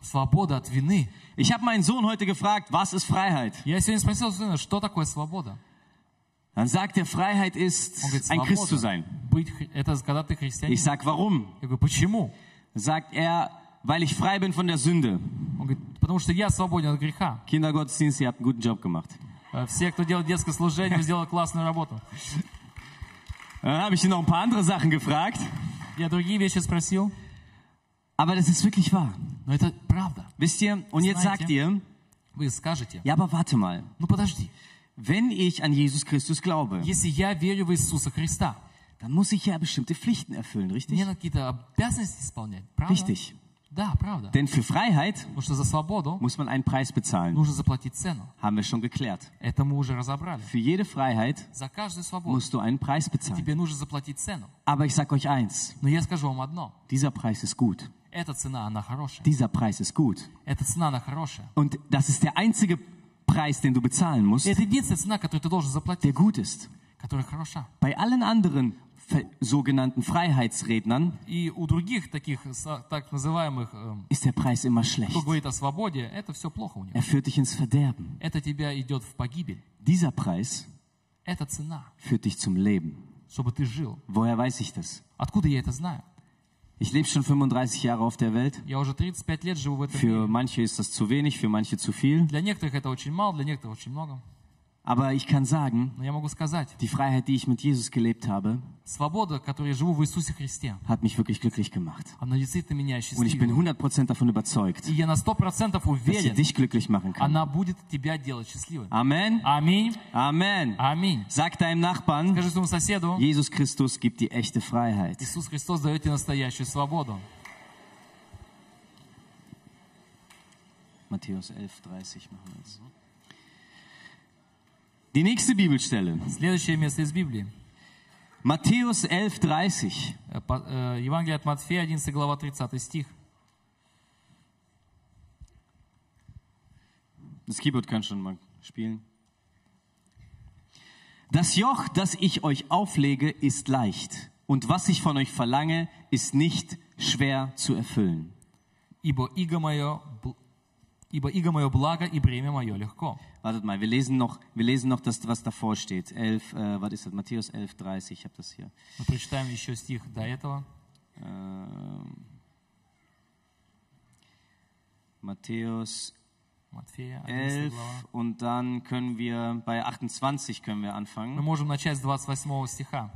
S2: свобода от вины.
S1: Ich habe meinen Sohn heute gefragt, was ist Freiheit?
S2: Я сегодня спросил сына, что такое свобода?
S1: Dann sagt er, Freiheit
S2: Он говорит,
S1: ist, ein Christ zu
S2: свобода.
S1: sein.
S2: Быть, хри- это когда ты христианин.
S1: Ich sag, warum?
S2: Я говорю, почему?
S1: Sagt er, weil ich frei bin von der Sünde.
S2: Он говорит, потому что я свободен от греха.
S1: Kindergottesdienst, ihr habt einen guten Job gemacht. Äh,
S2: Э, Все, кто делает детское служение, сделали классную работу.
S1: Dann habe ich ihn noch ein paar andere Sachen gefragt.
S2: Я другие вещи спросил,
S1: Aber das ist wirklich wahr.
S2: но это правда.
S1: Wisst ihr, und jetzt
S2: Nein,
S1: sagt
S2: ja.
S1: ihr,
S2: Вы скажете,
S1: ja, aber warte mal.
S2: ну подожди,
S1: Wenn ich an Jesus Christus glaube,
S2: если я верю в Иисуса Христа,
S1: dann muss ich ja bestimmte Pflichten erfüllen,
S2: мне
S1: richtig?
S2: надо какие-то обязанности исполнять, правда?
S1: Richtig.
S2: Да, правда.
S1: Denn für Freiheit
S2: Потому что за свободу
S1: muss man einen Preis bezahlen.
S2: нужно заплатить цену.
S1: Haben wir schon geklärt.
S2: Это мы уже разобрали.
S1: Für jede Freiheit
S2: За каждую свободу
S1: musst du einen Preis bezahlen.
S2: тебе нужно заплатить цену.
S1: Aber ich sag euch eins,
S2: Но я скажу вам одно.
S1: dieser Preis ist gut.
S2: Эта цена, она хорошая.
S1: Dieser Preis ist gut.
S2: Эта цена, она хорошая.
S1: Und das ist der einzige Preis, den du bezahlen musst,
S2: Это единственная цена, которую ты должен заплатить,
S1: der gut ist.
S2: которая хороша.
S1: Bei allen anderen ver- sogenannten Freiheitsrednern
S2: И у других таких са- так называемых, эм,
S1: ist der Preis immer schlecht.
S2: кто говорит о свободе, это все плохо у них.
S1: Er führt dich ins Verderben.
S2: Это тебя идет в погибель.
S1: Dieser Preis
S2: Это цена,
S1: führt dich zum Leben.
S2: чтобы ты жил.
S1: Woher weiß ich das?
S2: Откуда я это знаю?
S1: Ich lebe schon 35 Jahre auf der Welt.
S2: Я уже 35 лет живу в этом
S1: Für
S2: мире.
S1: manche ist das zu wenig, für manche zu viel.
S2: Для некоторых это очень мало, для некоторых очень много.
S1: Aber ich kann sagen,
S2: Но я могу сказать,
S1: die Freiheit, die ich mit Jesus gelebt habe,
S2: свобода, которой я живу в Иисусе Христе,
S1: hat mich wirklich glücklich gemacht.
S2: она действительно меня
S1: Und ich bin
S2: счастливит.
S1: 100% davon überzeugt,
S2: И я на 100%
S1: dass sie
S2: уверен,
S1: dich glücklich machen kann.
S2: она будет тебя делать счастливым.
S1: Amen.
S2: Аминь.
S1: Amen.
S2: Аминь.
S1: Sag deinem Nachbarn,
S2: Скажи своему соседу,
S1: Jesus Christus gibt dir echte Freiheit.
S2: Иисус Христос дает тебе настоящую свободу.
S1: Matthäus 11, 30 machen wir jetzt. Die nächste Bibelstelle.
S2: Следующее место из Библии.
S1: Matthäus 11, 30.
S2: Э, по- э, Евангелие от Матфея, 11 глава, 30 стих.
S1: Das Keyboard kann schon mal spielen. Das Joch, das ich euch auflege, ist leicht. Und was ich von euch verlange, ist nicht schwer zu erfüllen.
S2: «Ибо иго мое, бл- ибо иго мое благо, и бремя мое легко».
S1: Wartet mal, wir lesen noch, wir lesen noch das, was davor steht. 11, äh, was ist das? Matthäus 11, 30, ich habe das hier.
S2: Мы прочитаем еще стих до этого.
S1: Ähm, Matthäus
S2: Матфея,
S1: 11
S2: 11 глава.
S1: und dann können wir bei 28 können wir
S2: Мы
S1: anfangen.
S2: можем начать с 28 стиха.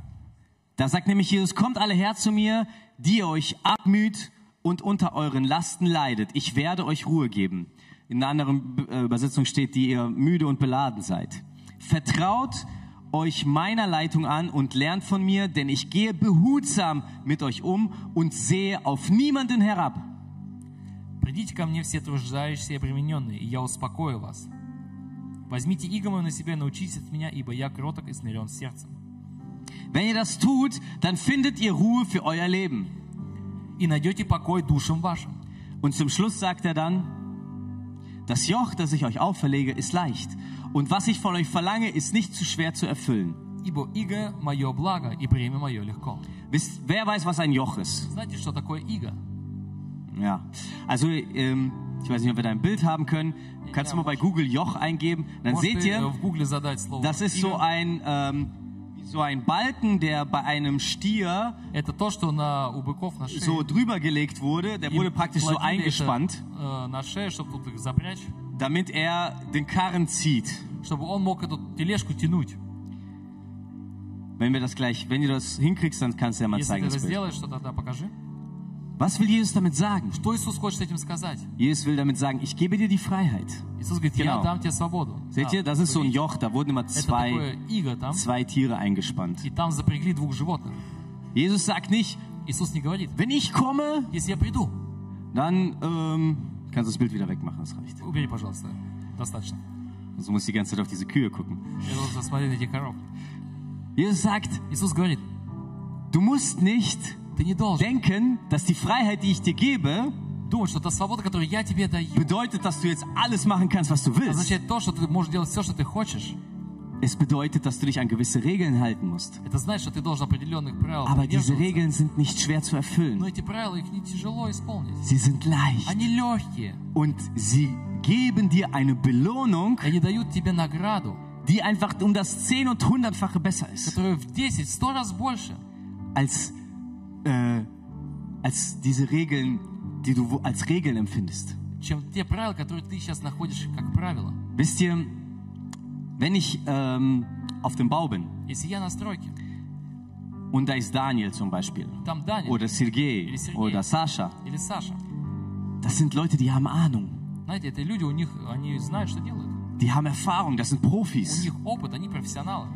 S1: Da sagt nämlich Jesus, kommt alle her zu mir, die ihr euch abmüht und unter euren Lasten leidet. Ich werde euch Ruhe geben. In einer anderen äh, Übersetzung steht, die ihr müde und beladen seid. Vertraut euch meiner Leitung an und lernt von mir, denn ich gehe behutsam mit euch um und sehe auf niemanden herab.
S2: «Придите ко мне все труждающиеся и обремененные, и я успокою вас. Возьмите иго мое на себя, и научитесь от меня, ибо я кроток и смирен сердцем.
S1: Wenn ihr das tut, dann findet ihr Ruhe für euer Leben.
S2: И найдете покой душам вашим».
S1: Und zum Schluss sagt er dann, das Joch, das ich euch auferlege, ist leicht. Und was ich von euch verlange, ist nicht zu schwer zu erfüllen.
S2: «Ибо иго мое благо, и бремя мое легко».
S1: Wisst, wer weiß, was ein Joch ist?
S2: Знаете, что такое иго?
S1: Ja. Also, ähm, ich weiß nicht, ob wir da ein Bild haben können. Kannst du mal bei Google Joch eingeben? Dann
S2: Можете
S1: seht
S2: э,
S1: ihr,
S2: в гугле задать слово
S1: das ist so
S2: «иго».
S1: ein, ähm, so ein Balken, der bei einem Stier
S2: Это то, что на, у быков на шее.
S1: so drüber gelegt wurde. Der
S2: Им
S1: wurde praktisch so
S2: платили это,
S1: eingespannt.
S2: э, на шее, чтобы тут их запрячь.
S1: damit er den Karren zieht.
S2: чтобы он мог эту тележку тянуть.
S1: Wenn wir das gleich, wenn du das hinkriegst, dann kannst du ja mal
S2: Если ты
S1: zeigen.
S2: это
S1: Das Bild.
S2: сделаешь, то тогда покажи.
S1: Was will Jesus damit sagen?
S2: Что Иисус хочет этим сказать?
S1: Jesus will damit sagen, ich gebe dir die Freiheit.
S2: Иисус говорит, я
S1: Genau.
S2: дам тебе свободу.
S1: Seht
S2: Да,
S1: ihr, das ist so ein
S2: смотрите,
S1: Joch, da wurden immer
S2: это
S1: zwei,
S2: такое иго там,
S1: zwei Tiere eingespannt.
S2: и там запрягли двух животных.
S1: Jesus sagt nicht,
S2: Иисус не говорит,
S1: wenn ich komme,
S2: если я приду,
S1: dann ähm, kannst du das Bild wieder wegmachen, das reicht.
S2: убери, пожалуйста, достаточно.
S1: Also musst du die ganze Zeit auf diese Kühe gucken.
S2: Я должен смотреть на этих коров.
S1: Jesus sagt,
S2: Иисус говорит,
S1: du musst nicht
S2: ты не должен
S1: denken, dass die Freiheit, die ich dir gebe,
S2: думать, что та свобода, которую я тебе даю,
S1: bedeutet, dass du jetzt alles machen kannst, was du willst.
S2: означает то, что ты можешь делать все, что ты хочешь.
S1: Es bedeutet, dass du dich an gewisse Regeln halten musst.
S2: Это значит, что ты должен определенных правил
S1: Aber diese
S2: придерживаться.
S1: Regeln sind nicht schwer zu
S2: Но
S1: erfüllen.
S2: эти правила, их не тяжело исполнить.
S1: Sie sind leicht.
S2: Они легкие.
S1: Und sie geben dir eine Belohnung,
S2: Они дают тебе награду,
S1: die einfach um das 10 und 100-fache besser ist,
S2: которая в 10, 100 раз больше,
S1: als, äh, als diese Regeln, die du wo- als Regeln empfindest.
S2: чем те правила, которые ты сейчас находишь как правило.
S1: Wisst ihr, wenn ich ähm, auf dem Bau bin
S2: Если я на стройке,
S1: und da ist Daniel zum Beispiel
S2: там Даня
S1: oder Sergei oder Sascha,
S2: или Саша,
S1: das sind Leute, die haben Ahnung,
S2: знаете, это люди, у них, они знают, что делают.
S1: die haben Erfahrung, das sind
S2: У
S1: Profis.
S2: них опыт, они профессионалы.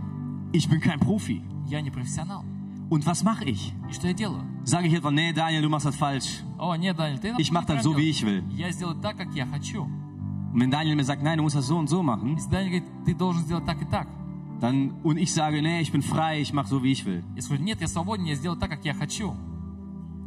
S1: Ich bin kein Profi.
S2: Я не профессионал.
S1: Und was mache ich?
S2: И что я делаю?
S1: Sage ich etwa, nee, Daniel, du machst das falsch.
S2: О, нет, Даня, ты это
S1: Ich mach das so,
S2: неправильно
S1: wie
S2: делаешь.
S1: ich will.
S2: Я сделаю так, как я хочу.
S1: Und wenn Daniel mir sagt, nein, du musst das so und so machen,
S2: Если Даня говорит, ты должен сделать так и так.
S1: dann und ich sage, nee, ich bin frei, ich mache so, wie ich will,
S2: Если говорит, нет, я свободен, я сделаю так, как я хочу.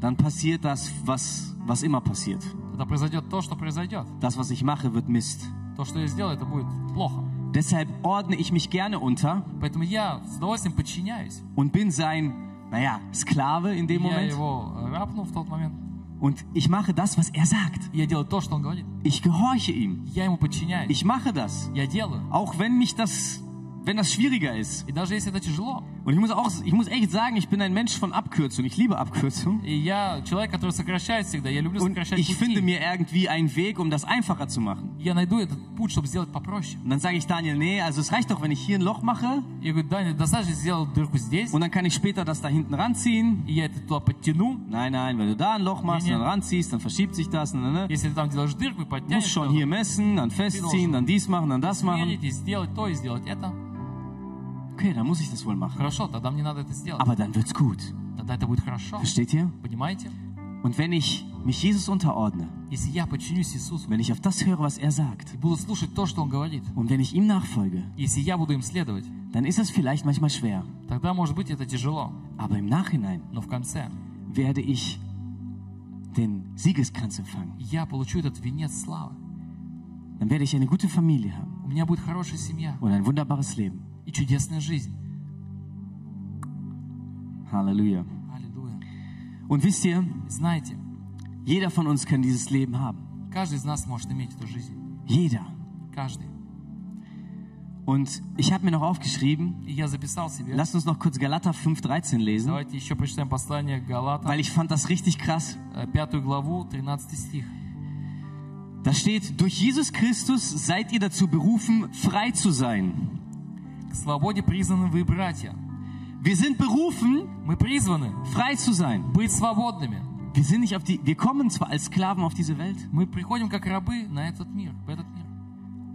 S1: dann passiert das, was, was immer passiert.
S2: Тогда произойдет то, что произойдет.
S1: Das, was ich mache, wird Mist.
S2: То, что я сделаю, это будет плохо.
S1: Deshalb ordne ich mich gerne unter
S2: Поэтому я с удовольствием подчиняюсь.
S1: und bin sein, naja, Sklave in dem
S2: Я
S1: Moment.
S2: его э, рапнул в тот момент.
S1: Und ich mache das, was er sagt.
S2: И Я делаю то, что он говорит.
S1: Ich gehorche ihm.
S2: Я ему подчиняюсь.
S1: Ich mache das.
S2: Я делаю.
S1: Auch wenn mich das, wenn das schwieriger ist.
S2: И даже если это тяжело.
S1: Und ich muss auch, ich muss echt sagen, ich bin ein Mensch von Abkürzung. Ich liebe Abkürzung.
S2: И я человек, который сокращает всегда. Я люблю
S1: Und
S2: сокращать
S1: ich finde
S2: пути.
S1: mir irgendwie einen Weg, um das einfacher zu machen.
S2: Я найду этот путь, чтобы сделать попроще.
S1: Und dann sage ich Daniel, nee, also es reicht doch, wenn ich hier ein Loch mache
S2: Я говорю, Даня, достаточно сделал дырку здесь.
S1: und dann kann ich später das da hinten ranziehen.
S2: И я это туда подтяну.
S1: Nein, nein, wenn du da ein Loch machst
S2: Nee,
S1: und
S2: nee.
S1: dann ranziehst, dann verschiebt sich das. Ne, ne, ne.
S2: Если ты там делаешь дырку и
S1: Du musst
S2: подтянешь,
S1: schon hier messen, dann
S2: ne?
S1: festziehen, dann dies machen, dann das machen.
S2: мерить и сделать то, и сделать это.
S1: Okay, dann muss ich das wohl machen.
S2: Хорошо, тогда мне надо это сделать.
S1: Aber dann wird's gut.
S2: Тогда это будет хорошо.
S1: Versteht ihr?
S2: Понимаете?
S1: Und wenn ich mich Jesus unterordne,
S2: Если я подчинюсь Иисусу
S1: wenn ich auf das höre, was er sagt,
S2: и буду слушать то, что Он говорит,
S1: und wenn ich ihm nachfolge,
S2: если я буду им следовать,
S1: dann ist das vielleicht manchmal schwer.
S2: тогда, может быть, это тяжело.
S1: Aber im Nachhinein
S2: Но в конце
S1: werde ich den Siegeskranz empfangen.
S2: я получу этот венец славы.
S1: Dann werde ich eine gute Familie haben
S2: У меня будет хорошая семья
S1: und ein wunderbares Leben.
S2: и чудесная жизнь.
S1: Halleluja.
S2: Аллилуйя.
S1: Und wisst ihr,
S2: Знаете,
S1: jeder von uns kann dieses Leben haben.
S2: каждый из нас может иметь эту жизнь.
S1: Jeder.
S2: Каждый.
S1: Und ich habe mir noch aufgeschrieben,
S2: И я записал себе.
S1: lasst uns noch kurz Galater 5,13 lesen,
S2: Давайте еще прочитаем послание к Галатам,
S1: weil ich fand das richtig krass.
S2: э, пятую главу, 13 стих.
S1: Da steht, durch Jesus Christus seid ihr dazu berufen, frei zu sein.
S2: К свободе призваны вы, братья.
S1: Wir sind berufen,
S2: Мы призваны
S1: frei zu sein.
S2: быть свободными.
S1: Wir sind nicht auf die, wir kommen zwar als Sklaven auf diese Welt
S2: Мы приходим как рабы на этот мир, в этот мир.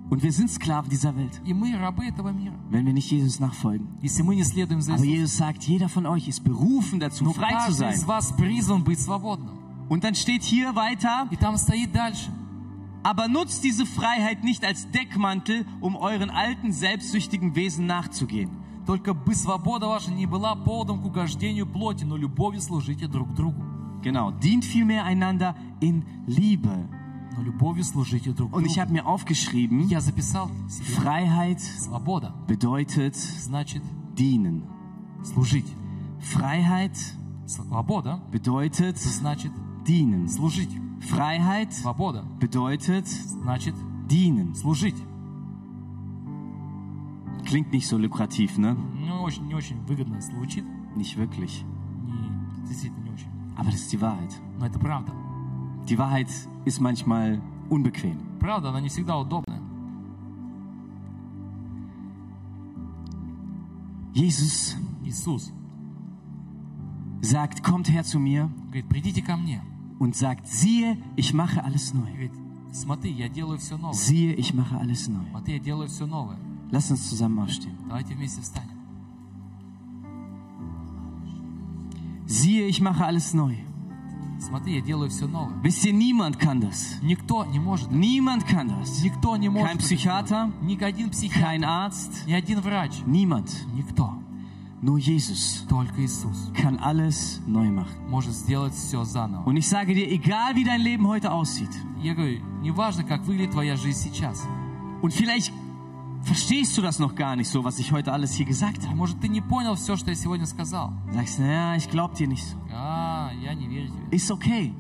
S1: und wir sind Sklaven dieser Welt,
S2: И мы рабы этого мира,
S1: wenn wir nicht Jesus nachfolgen.
S2: если мы не следуем за
S1: Aber
S2: Иисусом.
S1: Jesus sagt, jeder von euch ist berufen dazu,
S2: Но
S1: frei zu
S2: каждый из
S1: sein.
S2: вас призван быть свободным.
S1: Und dann steht hier weiter,
S2: И там стоит дальше.
S1: Aber nutzt diese Freiheit nicht als Deckmantel, um euren alten, selbstsüchtigen Wesen nachzugehen.
S2: Только бы свобода ваша не была поводом к угождению плоти, но любовью служите друг другу.
S1: Genau, dient vielmehr einander in Liebe.
S2: Но любовью служите друг
S1: Und
S2: другу.
S1: ich habe mir aufgeschrieben,
S2: Я записал себе.
S1: Freiheit
S2: Свобода
S1: bedeutet
S2: значит
S1: dienen.
S2: служить.
S1: Freiheit
S2: Свобода
S1: bedeutet
S2: значит
S1: dienen.
S2: служить.
S1: Freiheit
S2: Свобода
S1: bedeutet
S2: значит
S1: dienen.
S2: служить.
S1: Klingt nicht so lukrativ, ne?
S2: Ну, очень, не очень выгодно звучит.
S1: Nicht wirklich.
S2: Не, действительно не очень.
S1: Aber das ist die Wahrheit.
S2: Но это правда.
S1: Die Wahrheit ist manchmal unbequem.
S2: Правда, она не всегда удобна.
S1: Jesus
S2: Иисус
S1: sagt, kommt her zu mir
S2: говорит, придите ко мне.
S1: und sagt, siehe, ich mache alles
S2: И
S1: neu.
S2: говорит, смотри, я делаю все новое.
S1: Siehe, ich mache alles neu.
S2: Смотри, я делаю все новое.
S1: Lass uns zusammen aufstehen.
S2: Давайте вместе встанем.
S1: Siehe, ich mache alles neu.
S2: Смотри, я делаю все новое.
S1: Wisst ihr, niemand kann das.
S2: Никто не может.
S1: Niemand kann das.
S2: Никто не может.
S1: Kein
S2: это
S1: Psychiater,
S2: сделать. Ни один психиатр,
S1: Kein Arzt,
S2: ни один врач.
S1: niemand.
S2: Никто.
S1: Nur Jesus
S2: Только Иисус
S1: kann alles neu machen.
S2: может сделать все заново.
S1: Und ich sage dir, egal wie dein Leben heute aussieht,
S2: Я говорю, неважно, как выглядит твоя жизнь сейчас.
S1: und vielleicht verstehst du das noch gar nicht so, was ich heute alles hier gesagt habe.
S2: «А Может, ты не понял все, что я сегодня сказал.
S1: Sagst, naja, ich glaub dir nicht so.
S2: А, я не верю тебе.
S1: Ist okay.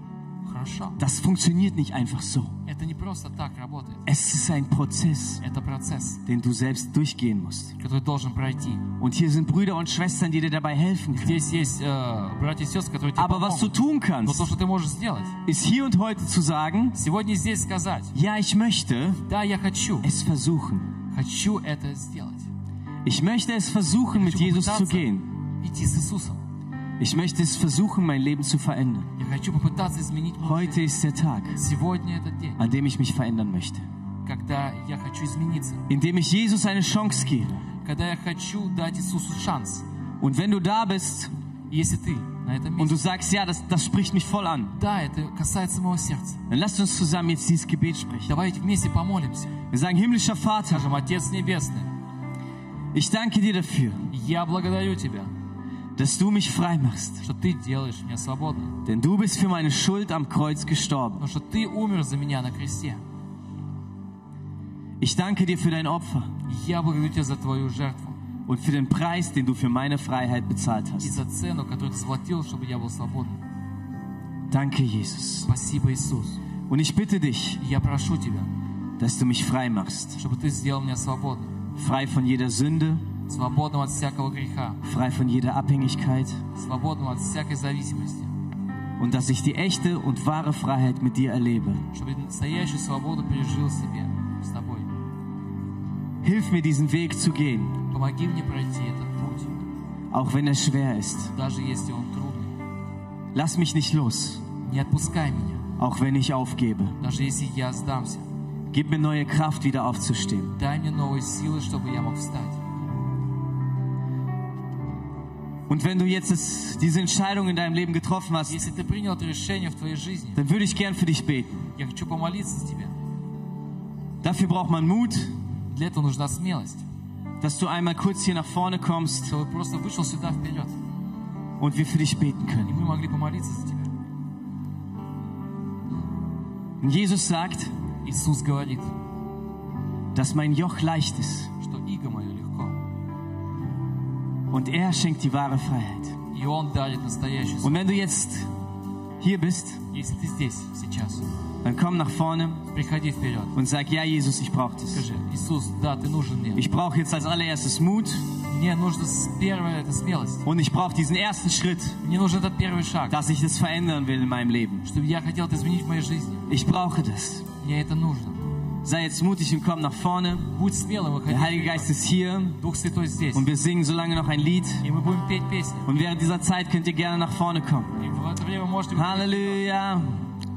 S2: Хорошо.
S1: Das funktioniert nicht einfach so.
S2: Это не просто так работает.
S1: Es ist ein Prozess,
S2: Это процесс,
S1: den du selbst durchgehen musst.
S2: который должен пройти.
S1: Und hier sind Brüder und Schwestern, die dir dabei helfen können.
S2: Здесь есть э, братья и сестры, которые тебе
S1: Aber was du
S2: помогут.
S1: tun
S2: Но то,
S1: kannst,
S2: что ты можешь сделать,
S1: ist hier und heute zu sagen,
S2: сегодня здесь сказать,
S1: ja, ich möchte
S2: да, я хочу,
S1: es versuchen.
S2: хочу это сделать.
S1: Ich möchte es versuchen, mit
S2: Хочу
S1: Jesus zu
S2: попытаться
S1: gehen.
S2: идти с Иисусом.
S1: Ich möchte es versuchen, mein Leben zu verändern.
S2: Я хочу попытаться изменить мою
S1: Heute ist der Tag,
S2: жизнь. Сегодня этот день,
S1: an dem ich mich verändern möchte.
S2: когда я хочу измениться,
S1: Indem ich Jesus eine Chance gebe.
S2: когда я хочу дать Иисусу шанс.
S1: Und wenn du da bist
S2: И Если ты на этом
S1: und du
S2: месте,
S1: sagst, ja, das, das spricht mich voll an,
S2: да, это касается моего сердца.
S1: dann lasst uns zusammen jetzt dieses Gebet sprechen.
S2: Давайте вместе помолимся.
S1: Wir sagen, himmlischer Vater,
S2: Скажем, Отец Небесный,
S1: ich danke dir dafür,
S2: я благодарю Тебя,
S1: dass du mich frei machst.
S2: что Ты делаешь меня свободным,
S1: Denn du bist für meine Schuld am Kreuz gestorben.
S2: потому что Ты умер за меня на кресте.
S1: Ich danke dir für dein Opfer
S2: Я благодарю Тебя за Твою жертву
S1: und für den Preis, den du für meine Freiheit bezahlt
S2: и
S1: hast.
S2: за цену, которую Ты заплатил, чтобы я был свободным.
S1: Danke, Jesus.
S2: Спасибо, Иисус.
S1: Und ich bitte dich,
S2: Я прошу Тебя,
S1: dass du mich frei machst.
S2: чтобы Ты сделал меня свободным,
S1: Frei von jeder Sünde,
S2: свободным от всякого греха,
S1: frei von jeder Abhängigkeit
S2: свободным от всякой зависимости,
S1: und dass ich die echte und wahre Freiheit mit dir erlebe.
S2: чтобы я настоящую свободу пережил в себе, с Тобой.
S1: Hilf mir, diesen Weg zu gehen,
S2: Помоги мне пройти этот путь,
S1: auch wenn er schwer ist.
S2: даже если он трудный.
S1: Lass mich nicht los,
S2: Не отпускай меня,
S1: auch wenn ich aufgebe.
S2: даже если я сдамся.
S1: Gib mir neue Kraft, wieder aufzustehen.
S2: Дай мне новые силы, чтобы я мог встать.
S1: Und wenn du jetzt das, diese Entscheidung in deinem Leben getroffen hast,
S2: Если ты принял это решение в твоей жизни,
S1: dann würde ich gern für dich beten.
S2: я хочу помолиться за тебя.
S1: Dafür braucht man Mut,
S2: Для этого нужна смелость,
S1: dass du einmal kurz hier nach vorne kommst
S2: чтобы просто вышел сюда вперед,
S1: und wir für dich beten
S2: и
S1: können.
S2: мы могли помолиться за тебя.
S1: Und Jesus sagt,
S2: Иисус говорит,
S1: dass mein Joch leicht ist
S2: что иго мое легко,
S1: und er schenkt die wahre Freiheit.
S2: и Он дарит настоящую
S1: Und
S2: свободу.
S1: wenn du jetzt hier bist,
S2: Если ты здесь, сейчас,
S1: dann komm nach vorne
S2: приходи вперед.
S1: und sag, ja Jesus, ich brauche das.
S2: Скажи, Иисус, да, ты нужен мне.
S1: Ich brauche jetzt als allererstes Mut
S2: Мне нужно с- первое это смелость.
S1: und ich brauche diesen ersten Schritt,
S2: Мне нужен этот первый шаг,
S1: dass ich das verändern will in meinem Leben.
S2: чтобы я хотел это изменить в моей жизни.
S1: Ich brauche das.
S2: Мне это нужно.
S1: Sei jetzt mutig und komm nach vorne.
S2: Будь смелым и ходи.
S1: Der Heilige
S2: вперед.
S1: Geist ist hier
S2: Дух Святой здесь.
S1: und wir singen so lange noch ein Lied.
S2: И мы будем петь песни.
S1: Und während dieser Zeit könnt ihr gerne nach vorne kommen.
S2: И в это время можете...
S1: Halleluja.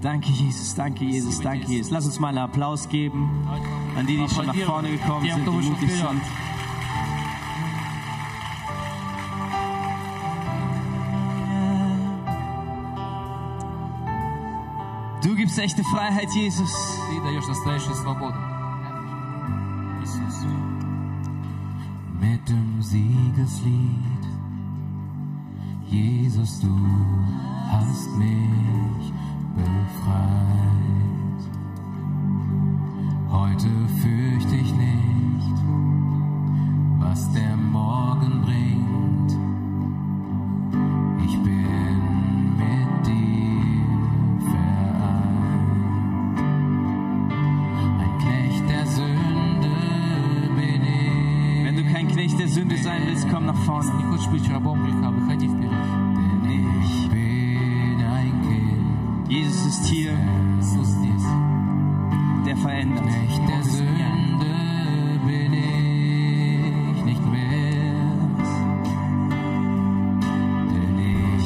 S1: Danke Jesus, danke Jesus, danke Jesus. Lass uns mal einen Applaus geben an die, die schon nach vorne gekommen sind, die mutig sind. Du gibst echte Freiheit, Jesus.
S2: Ты даешь настоящую свободу. Иисус.
S3: mit dem Siegeslied. Jesus, du hast mich befreit. Heute fürchte ich nicht, was der Morgen bringt. Ich bin mit dir vereint. Ein Knecht der Sünde bin ich.
S1: Wenn du kein Knecht der Sünde sein willst, komm nach
S2: Если
S1: vorne.
S2: не хочешь быть рабом греха, выходи вперед.
S3: Denn ich bin ein Kind
S1: Jesus ist hier,
S2: Иисус здесь.
S1: der verändert.
S3: Knecht der Sünde bin ich nicht mehr.
S2: Hm. Hm. Oh,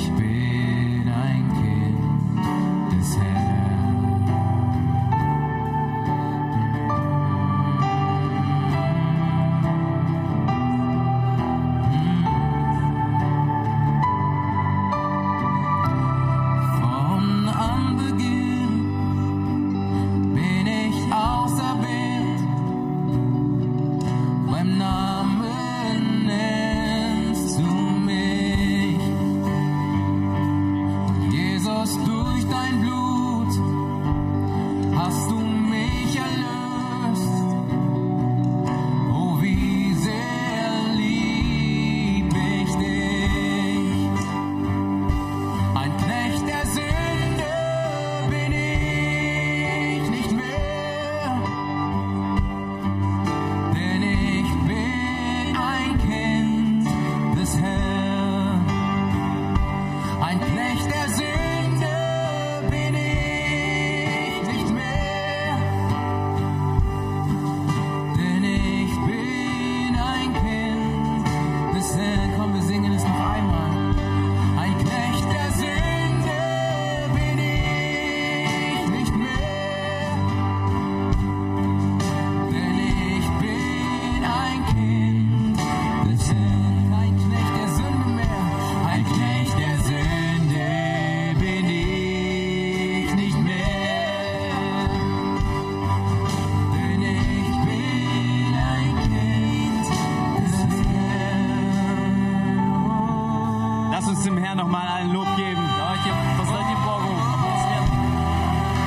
S1: mal allen Lob geben.
S2: Давайте воздадим Богу аплодисменты.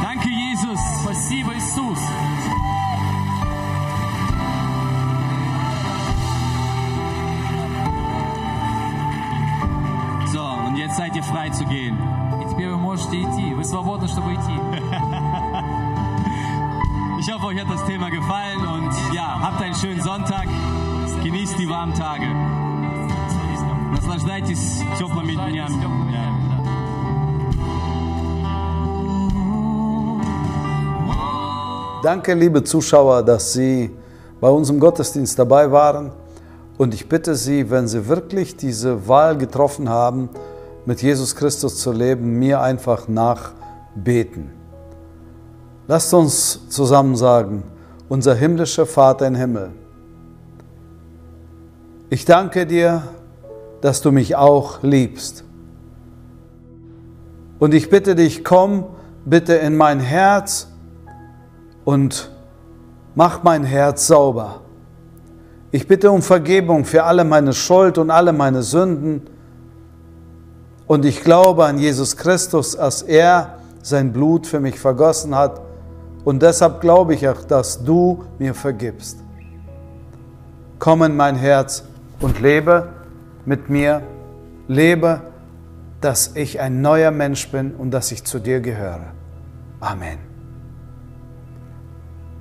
S1: Danke, Jesus.
S2: Спасибо, Иисус.
S1: So, und jetzt seid ihr frei zu gehen.
S2: И теперь вы можете идти. Вы свободны, чтобы идти.
S1: Ich hoffe, euch hat das Thema gefallen und ja, habt einen schönen Sonntag. Genießt die warmen Tage. Наслаждайтесь теплыми днями.
S2: Наслаждайтесь тёплыми
S1: Ja.
S2: днями, да.
S4: Danke, liebe Zuschauer, dass Sie bei unserem Gottesdienst dabei waren. Und ich bitte Sie, wenn Sie wirklich diese Wahl getroffen haben, mit Jesus Christus zu leben, mir einfach nachbeten. Lasst uns zusammen sagen, unser himmlischer Vater im Himmel, ich danke dir, dass du mich auch liebst. Und ich bitte dich, komm bitte in mein Herz und mach mein Herz sauber. Ich bitte um Vergebung für alle meine Schuld und alle meine Sünden. Und ich glaube an Jesus Christus, als er sein Blut für mich vergossen hat. Und deshalb glaube ich auch, dass du mir vergibst. Komm in mein Herz und lebe mit mir. Lebe, dass ich ein neuer Mensch bin und dass ich zu dir gehöre. Amen.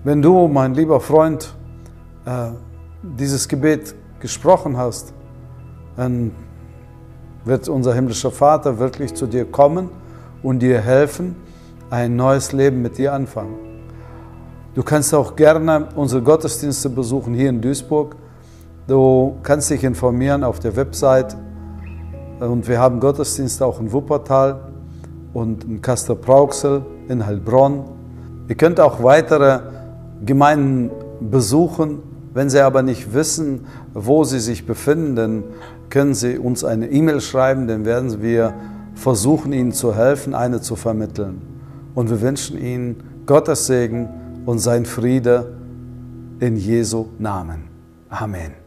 S4: Wenn du, mein lieber Freund, äh, dieses Gebet gesprochen hast, dann wird unser himmlischer Vater wirklich zu dir kommen und dir helfen, ein neues Leben mit dir anfangen. Du kannst auch gerne unsere Gottesdienste besuchen hier in Duisburg. Du kannst dich informieren auf der Website. Und wir haben Gottesdienste auch in Wuppertal und in Kastor-Brauxel, in Heilbronn Ihr könnt auch weitere Gemeinden besuchen. Wenn Sie aber nicht wissen, wo Sie sich befinden, dann können Sie uns eine E-Mail schreiben, dann werden wir versuchen, Ihnen zu helfen, eine zu vermitteln. Und wir wünschen Ihnen Gottes Segen und sein Friede in Jesu Namen. Amen.